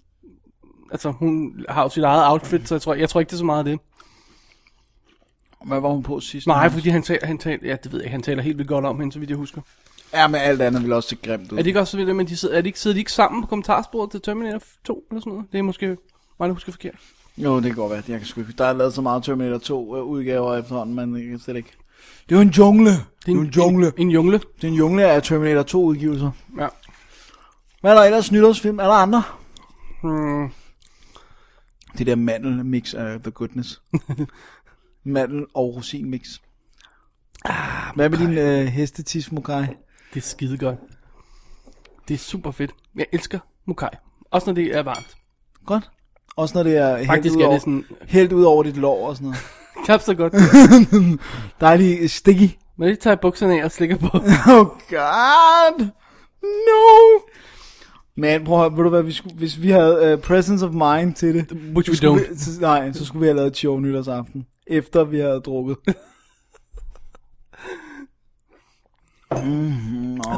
E: Altså, hun har jo sit eget outfit, så jeg tror, jeg tror ikke, det er så meget af det.
D: Hvad var hun på sidst?
E: Nej, fordi han taler, han taler, ja, det ved jeg, ikke, han taler helt vildt godt om hende, så vidt jeg husker.
D: Ja, men alt andet ville også se grimt ud.
E: Er det ikke også så vildt, men de sidder, er de ikke, sidder de ikke sammen på kommentarsporet til Terminator 2 eller sådan noget? Det er måske mig, der husker forkert.
D: Jo, det kan godt være. Jeg kan sgu ikke. Der er lavet så meget Terminator 2 øh, udgaver efterhånden, men jeg kan slet ikke. Det er jo en jungle. Det er jo en jungle.
E: En, en jungle,
D: Det er en jungle af Terminator 2 udgivelser.
E: ja.
D: Hvad er der ellers nytårsfilm? Er der andre?
E: Hmm.
D: Det der mandelmix af The Goodness. Mandel- og rosinmix. Ah, Hvad med din øh, hestetis, Mokai?
E: Det er skide godt. Det er super fedt. Jeg elsker Mukai. Også når det er varmt.
D: Godt. Også når det er helt
E: Faktisk
D: ud
E: er
D: over,
E: det sådan-
D: helt ud over dit lår og sådan noget.
E: Knap så godt.
D: Dejlig øh, sticky.
E: Men lige tager jeg bukserne af og slikker på.
D: Oh god. No. Men prøv at høre, ved du hvad, vi skulle, hvis vi havde uh, presence of mind til det,
E: Which
D: så
E: we
D: skulle
E: don't.
D: Vi, så, nej, så skulle vi have lavet et show nytårsaften, efter vi havde drukket.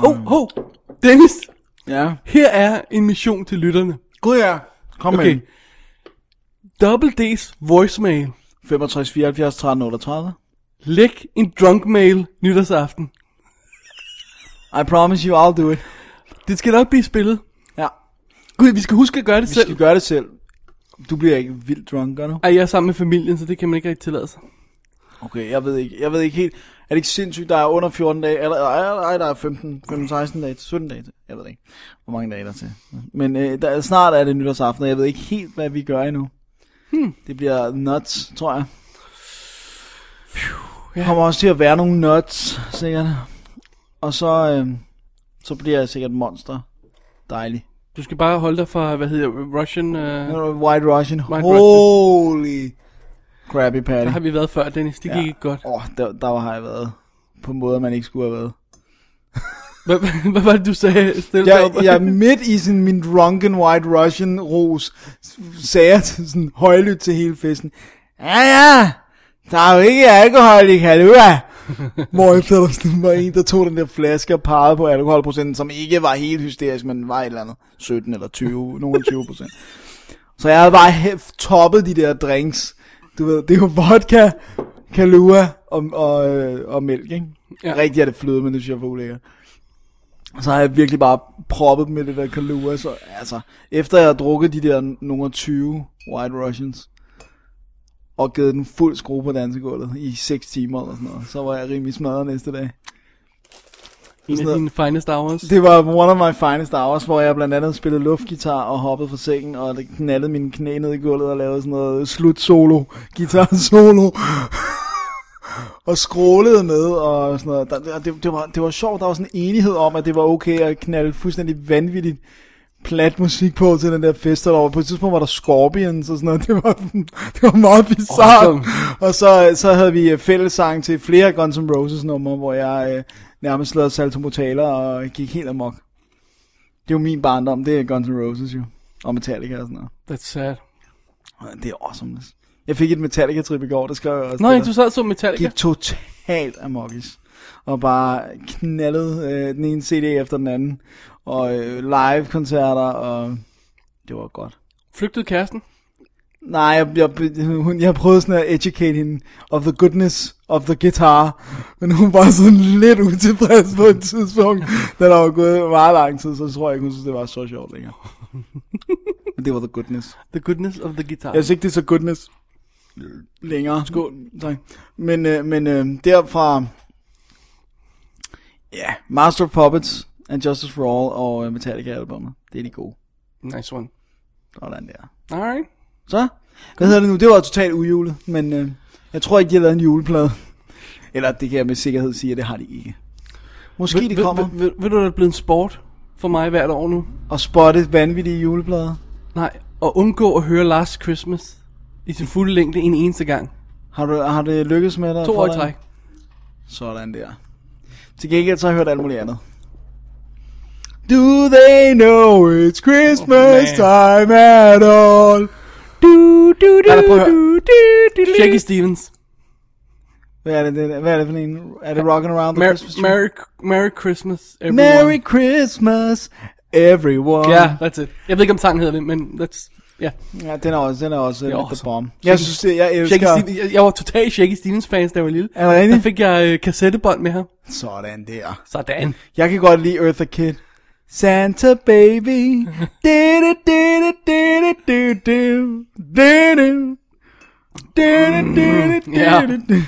E: Ho, ho! Dennis,
D: Ja.
E: her er en mission til lytterne.
D: Gud ja. Kom okay.
E: Okay.
D: med.
E: Double D's voicemail.
D: 65, 74, 13, 38.
E: Læg en drunk mail nytårsaften.
D: I promise you, I'll do it.
E: Det skal nok blive spillet.
D: Ja.
E: Gud, vi skal huske at gøre det
D: Vi
E: selv.
D: skal gøre det selv. Du bliver ikke vildt drunk, gør du?
E: Ej, jeg er sammen med familien, så det kan man ikke rigtig tillade sig.
D: Okay, jeg ved ikke, jeg ved ikke helt. Er det ikke sindssygt, der er under 14 dage, eller ej, ej, der er 15, 15 16 dage til, 17 dage til, jeg ved ikke, hvor mange dage der er til. Men øh, der, snart er det nytårsaften, og jeg ved ikke helt, hvad vi gør endnu. Hmm. Det bliver nuts, tror jeg. Der kommer også til at være nogle nuts, sikkert. Og så, øh, så bliver jeg sikkert monster. Dejlig.
E: Du skal bare holde dig fra, hvad hedder Russian... Øh,
D: Nu er der White Russian.
E: White
D: Holy Krabby Patty.
E: der har vi været før, Dennis. Det gik ikke godt.
D: Åh, oh, der, der har jeg været på måder, man ikke skulle have været.
E: Hvad, hvad, hvad var det, du sagde? Stil
D: jeg, jeg midt i sådan min drunken white russian ros, s- sagde jeg til- sådan højlydt til hele festen, ja ja, der er jo ikke alkohol i Kalua. Hvorefter der sådan var en, der tog den der flaske og pegede på alkoholprocenten, som ikke var helt hysterisk, men var et eller andet 17 eller 20, nogen 20 procent. Så jeg havde bare hæ- toppet de der drinks. Du ved, det er jo vodka, kalua og, og, øh, og mælk, ikke?
E: Ja.
D: Ja. Rigtig er det fløde, men det synes jeg er for ulækkert. Så har jeg virkelig bare proppet dem med det der kalua. Så, altså, efter jeg har drukket de der nogle 20 White Russians, og givet den fuld skrue på dansegulvet i 6 timer eller sådan noget, så var jeg rimelig smadret næste dag.
E: en af dine finest hours. Det...
D: Det var one of my finest hours, hvor jeg blandt andet spillede luftgitar og hoppede fra sengen, og det knaldede mine knæ ned i gulvet og lavede sådan noget slut solo, guitar solo. og skrålede med og sådan noget. Der- der- Det, det, var, det var sjovt, der var sådan en enighed om, at det var okay at knalde fuldstændig vanvittigt plat musik på til den der fest, og der var- på et tidspunkt var der Scorpions og sådan noget, det var, det var meget bizarrt.
E: Awesome.
D: Og så, så havde vi øh, fællessang til flere Guns N' Roses numre, hvor jeg øh, nærmest lavede salto motaler og gik helt amok. Det er jo min barndom, det er Guns N' Roses jo. Og Metallica og sådan noget.
E: That's sad.
D: Og Det er awesome. altså. Jeg fik et Metallica-trip i går, det skrev jeg også.
E: Nå,
D: til
E: ja,
D: dig.
E: du sad og så Metallica.
D: gik totalt amokis. Og bare knaldede øh, den ene CD efter den anden. Og øh, live-koncerter, og det var godt.
E: Flygtede kæresten.
D: Nej, jeg, jeg, hun, jeg prøvede sådan at educate hende of the goodness of the guitar, men hun var sådan lidt utilfreds på et tidspunkt, da der var gået meget lang tid, så tror jeg ikke, hun synes, det var så sjovt længere. Men det var the goodness.
E: The goodness of the guitar.
D: Jeg synes ikke, det er så goodness længere. Skål. Tak. Men, øh, men øh, derfra, ja, yeah, Master of Puppets and Justice for All og øh, Metallica-albumet, det er de gode.
E: Nice one.
D: Sådan der.
E: Alright.
D: Så? Hvad hedder det nu? Det var totalt ujulet, men øh, jeg tror ikke, de har lavet en juleplade. Eller det kan jeg med sikkerhed sige, at det har de ikke. Måske
E: Ved-
D: de kommer
E: Ved, ved, ved, ved du, der er blevet en sport for mig hvert år nu?
D: og spotte vanvittige juleplader.
E: Nej, og undgå at høre Last Christmas i sin fulde længde en eneste gang.
D: Har, du, har det lykkes med dig?
E: To år i
D: Frederik?
E: træk.
D: Sådan der. Til gengæld så har jeg hørt alt muligt andet. Do they know it's Christmas
E: Oh,
D: time at all?
E: Du, du, du,
D: Ej, prøv at høre.
E: du, du, du, du. Shaky Stevens.
D: Hvad er det, det, hvad er det for en? Er det Rockin' Around the
E: Merry,
D: Christmas Tree?
E: Merry, Merry Christmas, everyone.
D: Merry Christmas, everyone.
E: Ja, yeah, that's it. Jeg ved ikke, om sangen hedder det, men that's... Ja,
D: Ja, den er også, den er også lidt
E: awesome.
D: awesome. bomb. Jeg synes, det, jeg
E: Shaky
D: elsker...
E: Stevens, jeg, jeg var totalt Shaky Stevens fans, da jeg var lille.
D: Er det rigtigt?
E: Der fik jeg øh, kassettebånd med ham.
D: Sådan der.
E: Sådan.
D: Jeg kan godt lide Eartha Kitt. Santa baby. Ditte, ditte, ditte, ditte, ditte. Ditte, ditte,
E: ja.
D: ditte, ditte.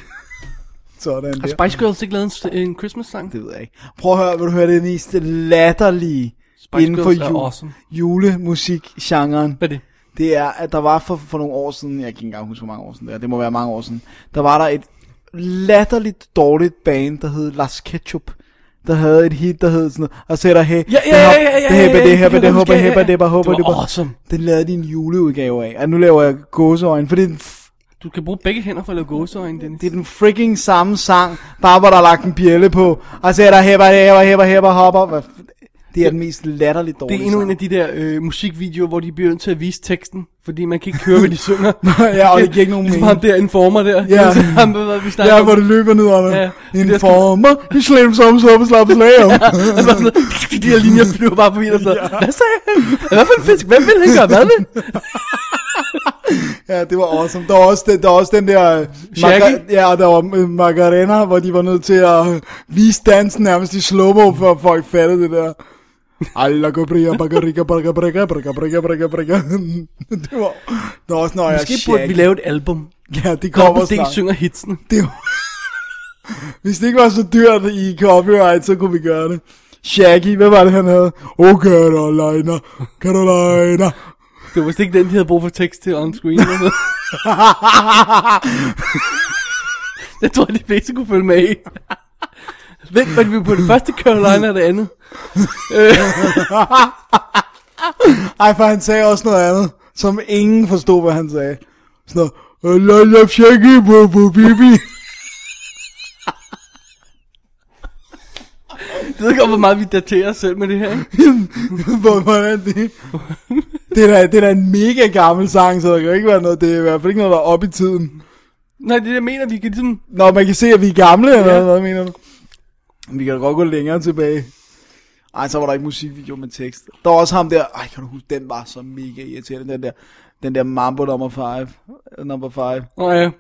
D: Sådan
E: Har
D: der.
E: Spice Girls ikke lavet en, en Christmas-sang?
D: Det ved jeg ikke. Prøv at høre, vil du høre det mest latterlige
E: Spice
D: inden for
E: Girls er
D: jul,
E: awesome.
D: julemusik-genren.
E: Hvad er det?
D: det er, at der var for, for nogle år siden, jeg kan ikke engang huske, hvor mange år siden det er, det må være mange år siden, der var der et latterligt dårligt band, der hed Las Ketchup, der havde et hit, der hed sådan noget, og sætter hey,
E: ja, ja, ja, ja, ja, ja,
D: det her,
E: det kan
D: det
E: jeg
D: håber,
E: huske, ja,
D: hæber,
E: ja.
D: det bare håber,
E: Det
D: det
E: var
D: bare.
E: awesome.
D: Den lavede de en juleudgave af, og nu laver jeg gåseøjne, for det er den, f-
E: Du kan bruge begge hænder for at lave gåseøjne, Dennis.
D: det er den freaking samme sang, bare hvor der er lagt en bjælle på, og sætter hæber, hæber, hæber, hæber, hopper, Hvad f- det er den mest latterligt
E: Det
D: dårlige
E: er endnu en
D: sang.
E: af de der øh, musikvideoer, hvor de bliver nødt til at vise teksten, fordi man kan ikke høre, hvad de synger.
D: ja, og det giver ikke nogen
E: ligesom
D: mening.
E: ham der informer der.
D: Ja.
E: Det er ham, hvad- hvad vi snakker
D: Ja,
E: om.
D: hvor det løber ned under.
E: Ja.
D: Ja.
E: Det er
D: Informer, vi slem som slap slap slam.
E: Og så sådan, noget, de her linjer flyver bare forbi og så. Hvad sagde han? Hvad for en fisk? Hvem vil han gøre? Hvad vil?
D: Ja, det var awesome. Der var også den der, også den der øh,
E: Shaggy?
D: ja, og der var øh, Macarena, hvor de var nødt til at øh, vise dansen nærmest i slow-mo, før folk fattede det der. Alla cobria, bagarica, bagarica, bagarica, bagarica, bagarica, bagarica. Det var... Der var også, når jeg
E: Måske burde vi lave et album.
D: Ja, det
E: Kommer
D: kommer
E: det
D: snart.
E: synger hitsene.
D: Det var... Hvis det ikke var så dyrt i copyright, så kunne vi gøre det. Shaggy, hvad var det, han havde? Oh, Carolina, Carolina.
E: Det var vist ikke den, de havde brug for tekst til on screen. eller noget. det tror jeg, de fleste kunne følge med i. Vent, men vi er på det første Carolina og det andet.
D: Ej, for han sagde også noget andet, som ingen forstod, hvad han sagde. Sådan noget, "Øh, "I love you, Shaggy, boo, boo, bibi.
E: Jeg ved ikke, om, hvor meget vi daterer os selv med det her. ikke?
D: Hvor- Hvordan det? Det er, da, det er da en mega gammel sang, så der kan jo ikke være noget, det er i hvert fald ikke noget, der er oppe i tiden.
E: Nej, det er det, jeg mener, vi kan ligesom...
D: Nå, man kan se, at vi er gamle, eller
E: Ja.
D: ja. hvad mener du? Vi kan da godt gå længere tilbage. Ej, så var der ikke musikvideo med tekst. Der var også ham der, ej, kan du huske, den var så mega irriterende, den der, den der Mambo number 5, number 5.
E: Nå ja,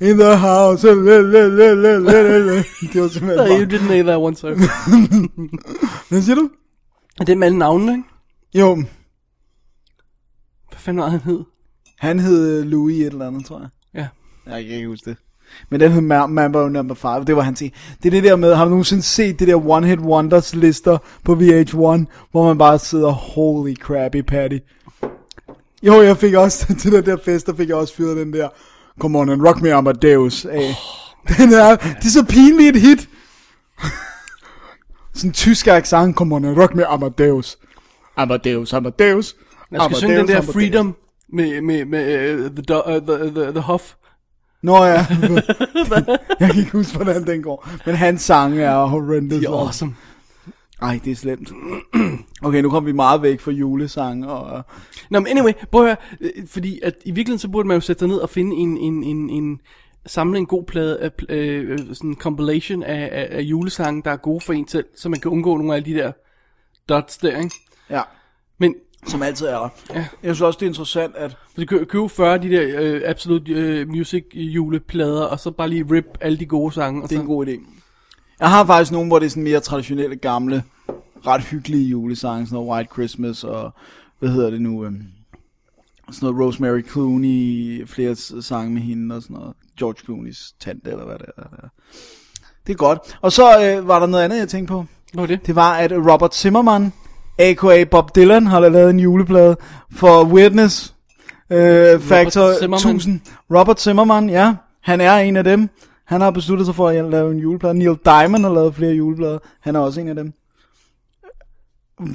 D: In the house, le, le, le, le, le, le. Det var simpelthen
E: der er jo
D: bare...
E: det, den der one time.
D: Hvad siger du?
E: Er det med alle navnene, ikke?
D: Jo,
E: Hvad fanden var han hed?
D: han hed øh, Louis et eller andet, tror jeg.
E: Ja.
D: Jeg kan ikke huske det. Men den hed Ma- Mambo Number 5, det var han til. Det er det der med, har du nogensinde set det der One Hit Wonders lister på VH1, hvor man bare sidder, holy crappy patty. Jo, jeg fik også, til den der fest, der fik jeg også fyret den der, come on and rock me Amadeus af. den er, det er så pinligt et hit. Sådan en tysk accent, come on and rock me Amadeus. Amadeus, Amadeus.
E: Jeg skal synge den der Freedom med, med, med uh, the, do, uh, the, the, the Huff.
D: Nå ja, jeg kan ikke huske, hvordan den går. Men hans sange er horrendous.
E: Det er awesome.
D: Ej, det er slemt. Okay, nu kom vi meget væk fra julesang og... øh,
E: Nå, men anyway, prøv at høre, øh, fordi at i virkeligheden så burde man jo sætte sig ned og finde en, en, en, en samle en god plade, af pl- øh, øh, sådan en compilation af, af, af julesange, der er gode for en selv, så man kan undgå nogle af de der dots der, ikke?
D: Ja,
E: Men
D: som altid er der. Ja. Jeg synes også, det er interessant, at...
E: så kø- køb 40 af de der øh, Absolute øh, Music juleplader, og så bare lige rip alle de gode sange. Og
D: Det er
E: så,
D: en god idé. Jeg har faktisk nogle, hvor det er sådan mere traditionelle, gamle, ret hyggelige julesange, sådan noget White Christmas og, hvad hedder det nu, øhm, sådan noget Rosemary Clooney, flere s- sange med hende og sådan noget, George Clooney's tante eller hvad det er. Det er godt. Og så øh, var der noget andet, jeg tænkte på.
E: Hvad var det?
D: Det var, at Robert Zimmerman, a.k.a. Bob Dylan, har lavet en juleplade for Weirdness øh, Factor
E: Zimmerman.
D: 1000. Robert Zimmerman, ja. Han er en af dem. Han har besluttet sig for at lave en juleplade. Neil Diamond har lavet flere juleplader. Han er også en af dem.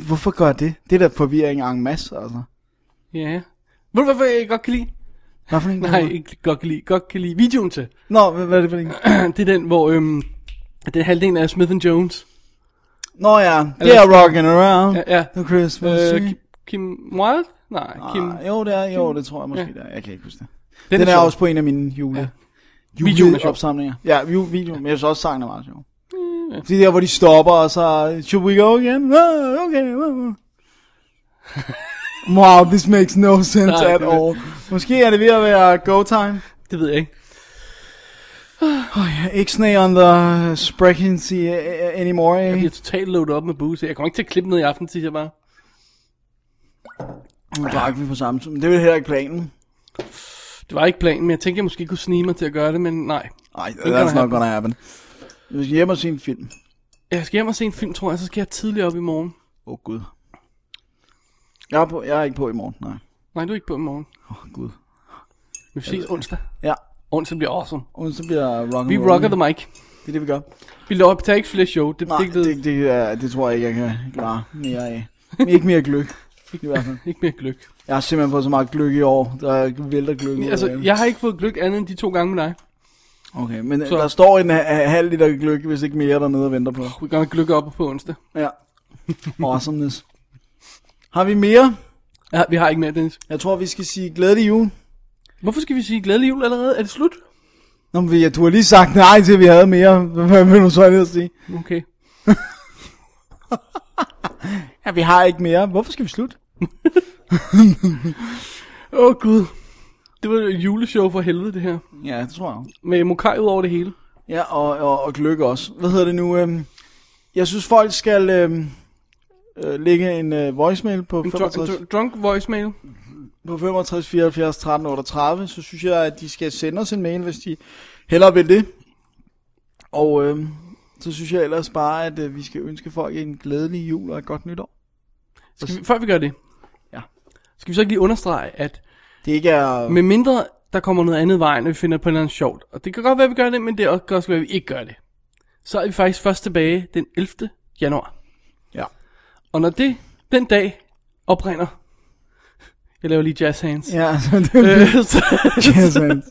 D: Hvorfor gør det? Det er da forvirring en masse, altså.
E: Ja. Ved du, hvorfor jeg godt kan lide?
D: Hvad for en?
E: Nej, ikke godt kan lide. Godt kan lide videoen til.
D: Nå, hvad, hvad er det for en?
E: det er den, hvor øhm, den halvdelen af Smith Jones.
D: Nå ja, det
E: Eller-
D: er rockin' around.
E: Ja, ja.
D: The Christmas
E: Øh,
D: tree.
E: Kim, Kim Wilde? Nej, Kim...
D: Ah, jo, det er, jo, det tror jeg måske,
E: Ja.
D: ja. det er. Jeg kan ikke huske det.
E: Den
D: Den,
E: er
D: den er,
E: sjov.
D: også på en af mine jule, ja.
E: Videoen er sjov.
D: juleopsamlinger. Ja, ju- video, men jeg synes også, sangen er meget sjov. Mm, Det er der, hvor de stopper, og så, should we go again? Ah, okay. ah. Wow, this makes no sense
E: Nej,
D: at
E: det er-
D: all. Måske er det ved at være go time.
E: Det ved jeg ikke.
D: Ixnay on the spregency anymore.
E: Jeg
D: Eh?
E: bliver totalt loaded op med booze. Jeg kommer ikke til at klippe noget i aften, siger jeg bare.
D: Nu drak vi på samme tid, men det er vel heller ikke planen.
E: Det var ikke planen, men jeg tænkte, jeg måske kunne snige mig til at gøre det, men nej.
D: Nej,
E: gonna
D: that's not gonna happen. Vi skal hjem og se en film.
E: Jeg skal hjem og se en film, tror jeg, så skal jeg tidligere op i morgen.
D: Åh, oh, Gud. Jeg er, på, jeg er ikke på i morgen, nej.
E: Nej, du er ikke på i morgen.
D: Åh, oh, Gud.
E: Vi ses onsdag.
D: Ja,
E: Onsdag bliver awesome.
D: og så bliver rock
E: Vi rocker the mic.
D: Det er det, vi gør.
E: Vi laver tager ikke flere show. Det,
D: Nej,
E: det, det,
D: det, det, er, det tror jeg ikke, jeg kan klare mere af. Men ikke mere gløk. I hvert fald.
E: ikke mere gløk.
D: Jeg har simpelthen fået så meget gløk i år, der vælter gløk ud
E: Altså,
D: af det.
E: jeg har ikke fået gløk andet end de to gange med dig.
D: Okay, men
E: Så-
D: så... der står en ha- halv liter gløk, hvis ikke mere dernede og venter på.
E: Vi gør gløk op på onsdag.
D: Ja. Awesomeness. Har vi mere?
E: Ja, vi har ikke mere, Dennis.
D: Jeg tror, vi skal sige glædelig jul.
E: Hvorfor skal vi sige glædelig jul allerede? Er det slut?
D: Nå, men ja, du har lige sagt nej til, at vi havde mere. Hvad vil du så ellers sige?
E: Okay.
D: Ja, vi har ikke mere. Hvorfor skal vi slutte?
E: Åh oh, gud. Det var et juleshow for helvede, det her.
D: Ja, det tror jeg. også.
E: Med mokai ud over det hele.
D: Ja, og, og, og gløk også. Hvad hedder det nu? Øhm, jeg synes, folk skal øhm, øh, lægge en øh, voicemail på
E: En dr-
D: 65,
E: dr- drunk voicemail.
D: på 65 74 13 38. Så synes jeg, at de skal sende os en mail, hvis de hellere vil det. Og øhm, så synes jeg ellers bare, at øh, vi skal ønske folk en glædelig jul og et godt nytår.
E: Skal vi, før vi gør det.
D: Ja.
E: Skal vi så ikke lige understrege, at
D: Det ikke er...
E: med mindre der kommer noget andet i vejen, og vi finder på noget sjovt. Og det kan godt være, at vi gør det, men det kan også være, at vi ikke gør det. Så er vi faktisk først tilbage den 11. januar.
D: Ja.
E: Og når det, den dag, oprinder. Jeg laver lige jazz hands.
D: Ja, så det er
E: Øh, så,
D: yes, man.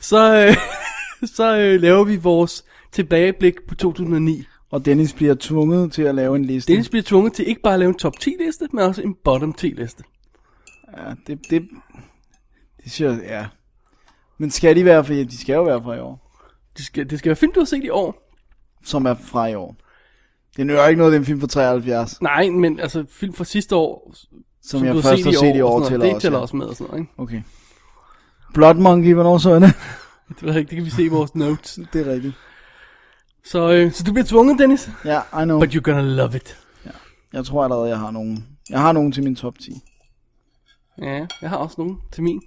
E: så, øh, så øh, laver vi vores tilbageblik på 2009.
D: Og Dennis bliver tvunget til at lave en liste.
E: Dennis bliver tvunget til ikke bare at lave en top 10 liste, men også en bottom 10 liste.
D: Ja, det, det, det synes jeg, ja. Men skal de være for, ja, de skal jo være for i år,
E: Det skal, det skal være film, du har set i år.
D: som er fra i år. Det nytter ikke noget, det er en film fra 73, som,
E: Nej, men altså film fra sidste år, som,
D: som jeg
E: du
D: først har set i år,
E: og sådan noget,
D: tæller
E: det
D: også.
E: tæller
D: ja.
E: også med og sådan noget, ikke?
D: Okay. Blood Monkey, hvornår så er det?
E: Det, ved jeg ikke, det kan vi se i vores notes.
D: det er rigtigt.
E: Så, øh, så du bliver tvunget, Dennis.
D: Ja, I know.
E: But you're gonna love it.
D: Jeg tror allerede, jeg har nogen. Jeg har nogen til min top 10.
E: Ja, jeg har også nogen til min.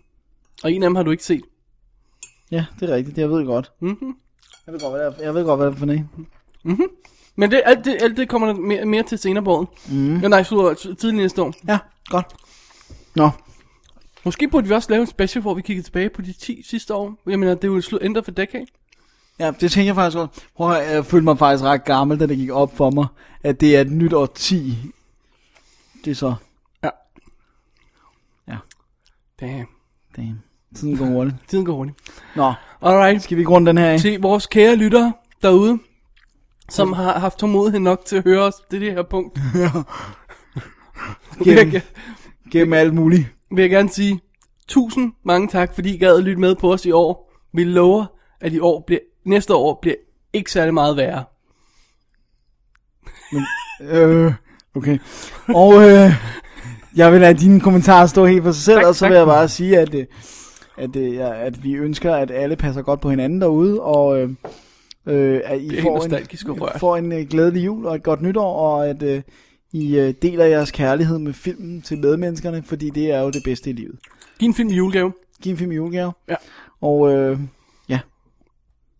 E: Og en af dem har du ikke set.
D: Ja, det er rigtigt, det jeg ved godt. Mm-hmm.
E: Mhm,
D: Jeg ved godt, hvad det er, jeg ved godt, hvad det er for noget.
E: Men det, alt, det, alt det kommer der mere, mere til senere på året. Mm. Ja, nej, slutter tidligere næste år.
D: Ja, godt. Nå,
E: Måske burde vi også lave en special, hvor vi kigger tilbage på de 10 sidste år. Jeg mener, det er jo slut ændret for decade.
D: Ja, det tænker jeg faktisk godt. Prøv at, høre, jeg følte mig faktisk ret gammel, da det gik op for mig, at det er et nyt årti. Det er så,
E: Ja.
D: Ja.
E: Damn.
D: damn. Tiden går hurtigt.
E: Tiden går hurtigt.
D: Nå,
E: Alright.
D: skal vi ikke runde den her af?
E: Til vores kære lyttere derude, som har haft tålmodighed nok til at høre os til det her punkt. vil, jeg,
D: Gennem,
E: ge-
D: gennem alt muligt.
E: vil jeg gerne sige tusind mange tak, fordi I gad at lytte med på os i år. Vi lover, at i år bliver, næste år bliver ikke særlig meget værre.
D: Øh, okay. Og øh, jeg vil lade dine kommentarer stå helt for sig selv,
E: Tak,
D: og så
E: tak.
D: vil jeg bare sige, at, øh, at, øh, jeg- at vi ønsker, at alle passer godt på hinanden derude, og øh, øh, at I
E: helt
D: får
E: nostalgisk og
D: en,
E: rørt.
D: får en øh, glædelig jul og et godt nytår, og at øh, I øh, deler jeres kærlighed med filmen til medmenneskerne, fordi det er jo det bedste i livet.
E: Giv en film i julegave.
D: Giv en film i julegave.
E: Ja.
D: Og øh, ja,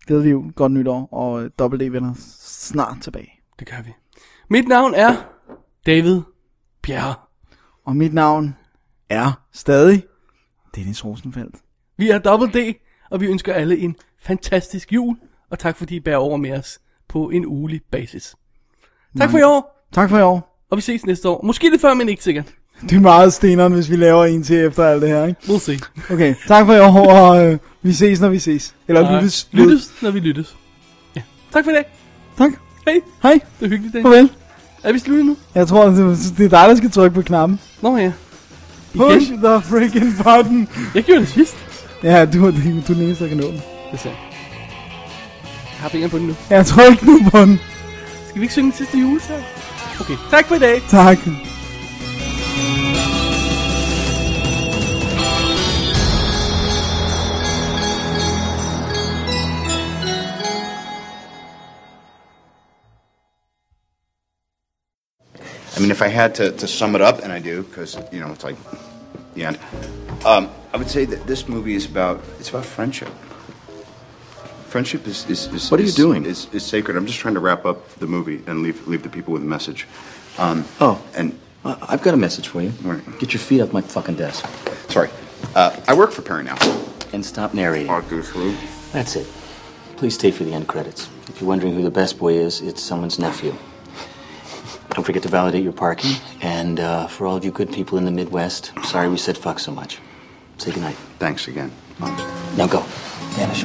D: glædelig jul, godt nytår, og øh, dobbelt D vender snart tilbage.
E: Det gør vi. Mit navn er David Bjerre.
D: Og mit navn er stadig Dennis Rosenfeldt.
E: Vi er Double D, og vi ønsker alle en fantastisk jul, og tak fordi I bærer over med os på en ugelig basis. Tak for i år,
D: Tak for i år.
E: og vi ses næste år. Måske lidt før, men ikke sikkert.
D: Det er meget steneren, hvis vi laver en til efter alt det her, ikke?
E: We'll see.
D: Okay, tak for i år, og øh, vi ses, når vi ses. Eller
E: Nej,
D: lyttes.
E: lyttes, når vi lyttes. Ja. Tak for i dag.
D: Tak.
E: Hej,
D: Hej.
E: det var hyggeligt dag.
D: Farvel.
E: Er vi sluttet nu?
D: Jeg tror, det det er dig, der skal trykke på knappen.
E: Nå ja.
D: Push the freaking button.
E: Jeg gjorde det sidst.
D: Ja, du, du er den eneste, der kan nå den.
E: Det ser jeg. Jeg har fingeren på den nu.
D: Jeg tryk nu på den.
E: Skal vi ikke synge den sidste julesang? Okay, tak for i dag.
D: Tak.
G: I mean, if I had to, to sum it up, and I do, because you know it's like the end. Um, I would say that this movie is about it's about friendship. Friendship is, is, is
H: What are you
G: is-
H: doing?
G: Is, is sacred. I'm just trying to wrap up the movie and leave leave the people with a message. Um,
H: Oh.
G: and
H: I- I've got a message for you.
G: Right.
H: Get your feet off my fucking desk
G: sorry, uh, I work for Perry now.
H: and stop narrating. That's it. Please stay for the end credits. If you're wondering who the best boy is, it's someone's nephew. Don't forget to validate your parking. And uh, for all of you good people in the Midwest, sorry we said fuck so much. Say goodnight.
G: Thanks again.
H: Now go. Vanish.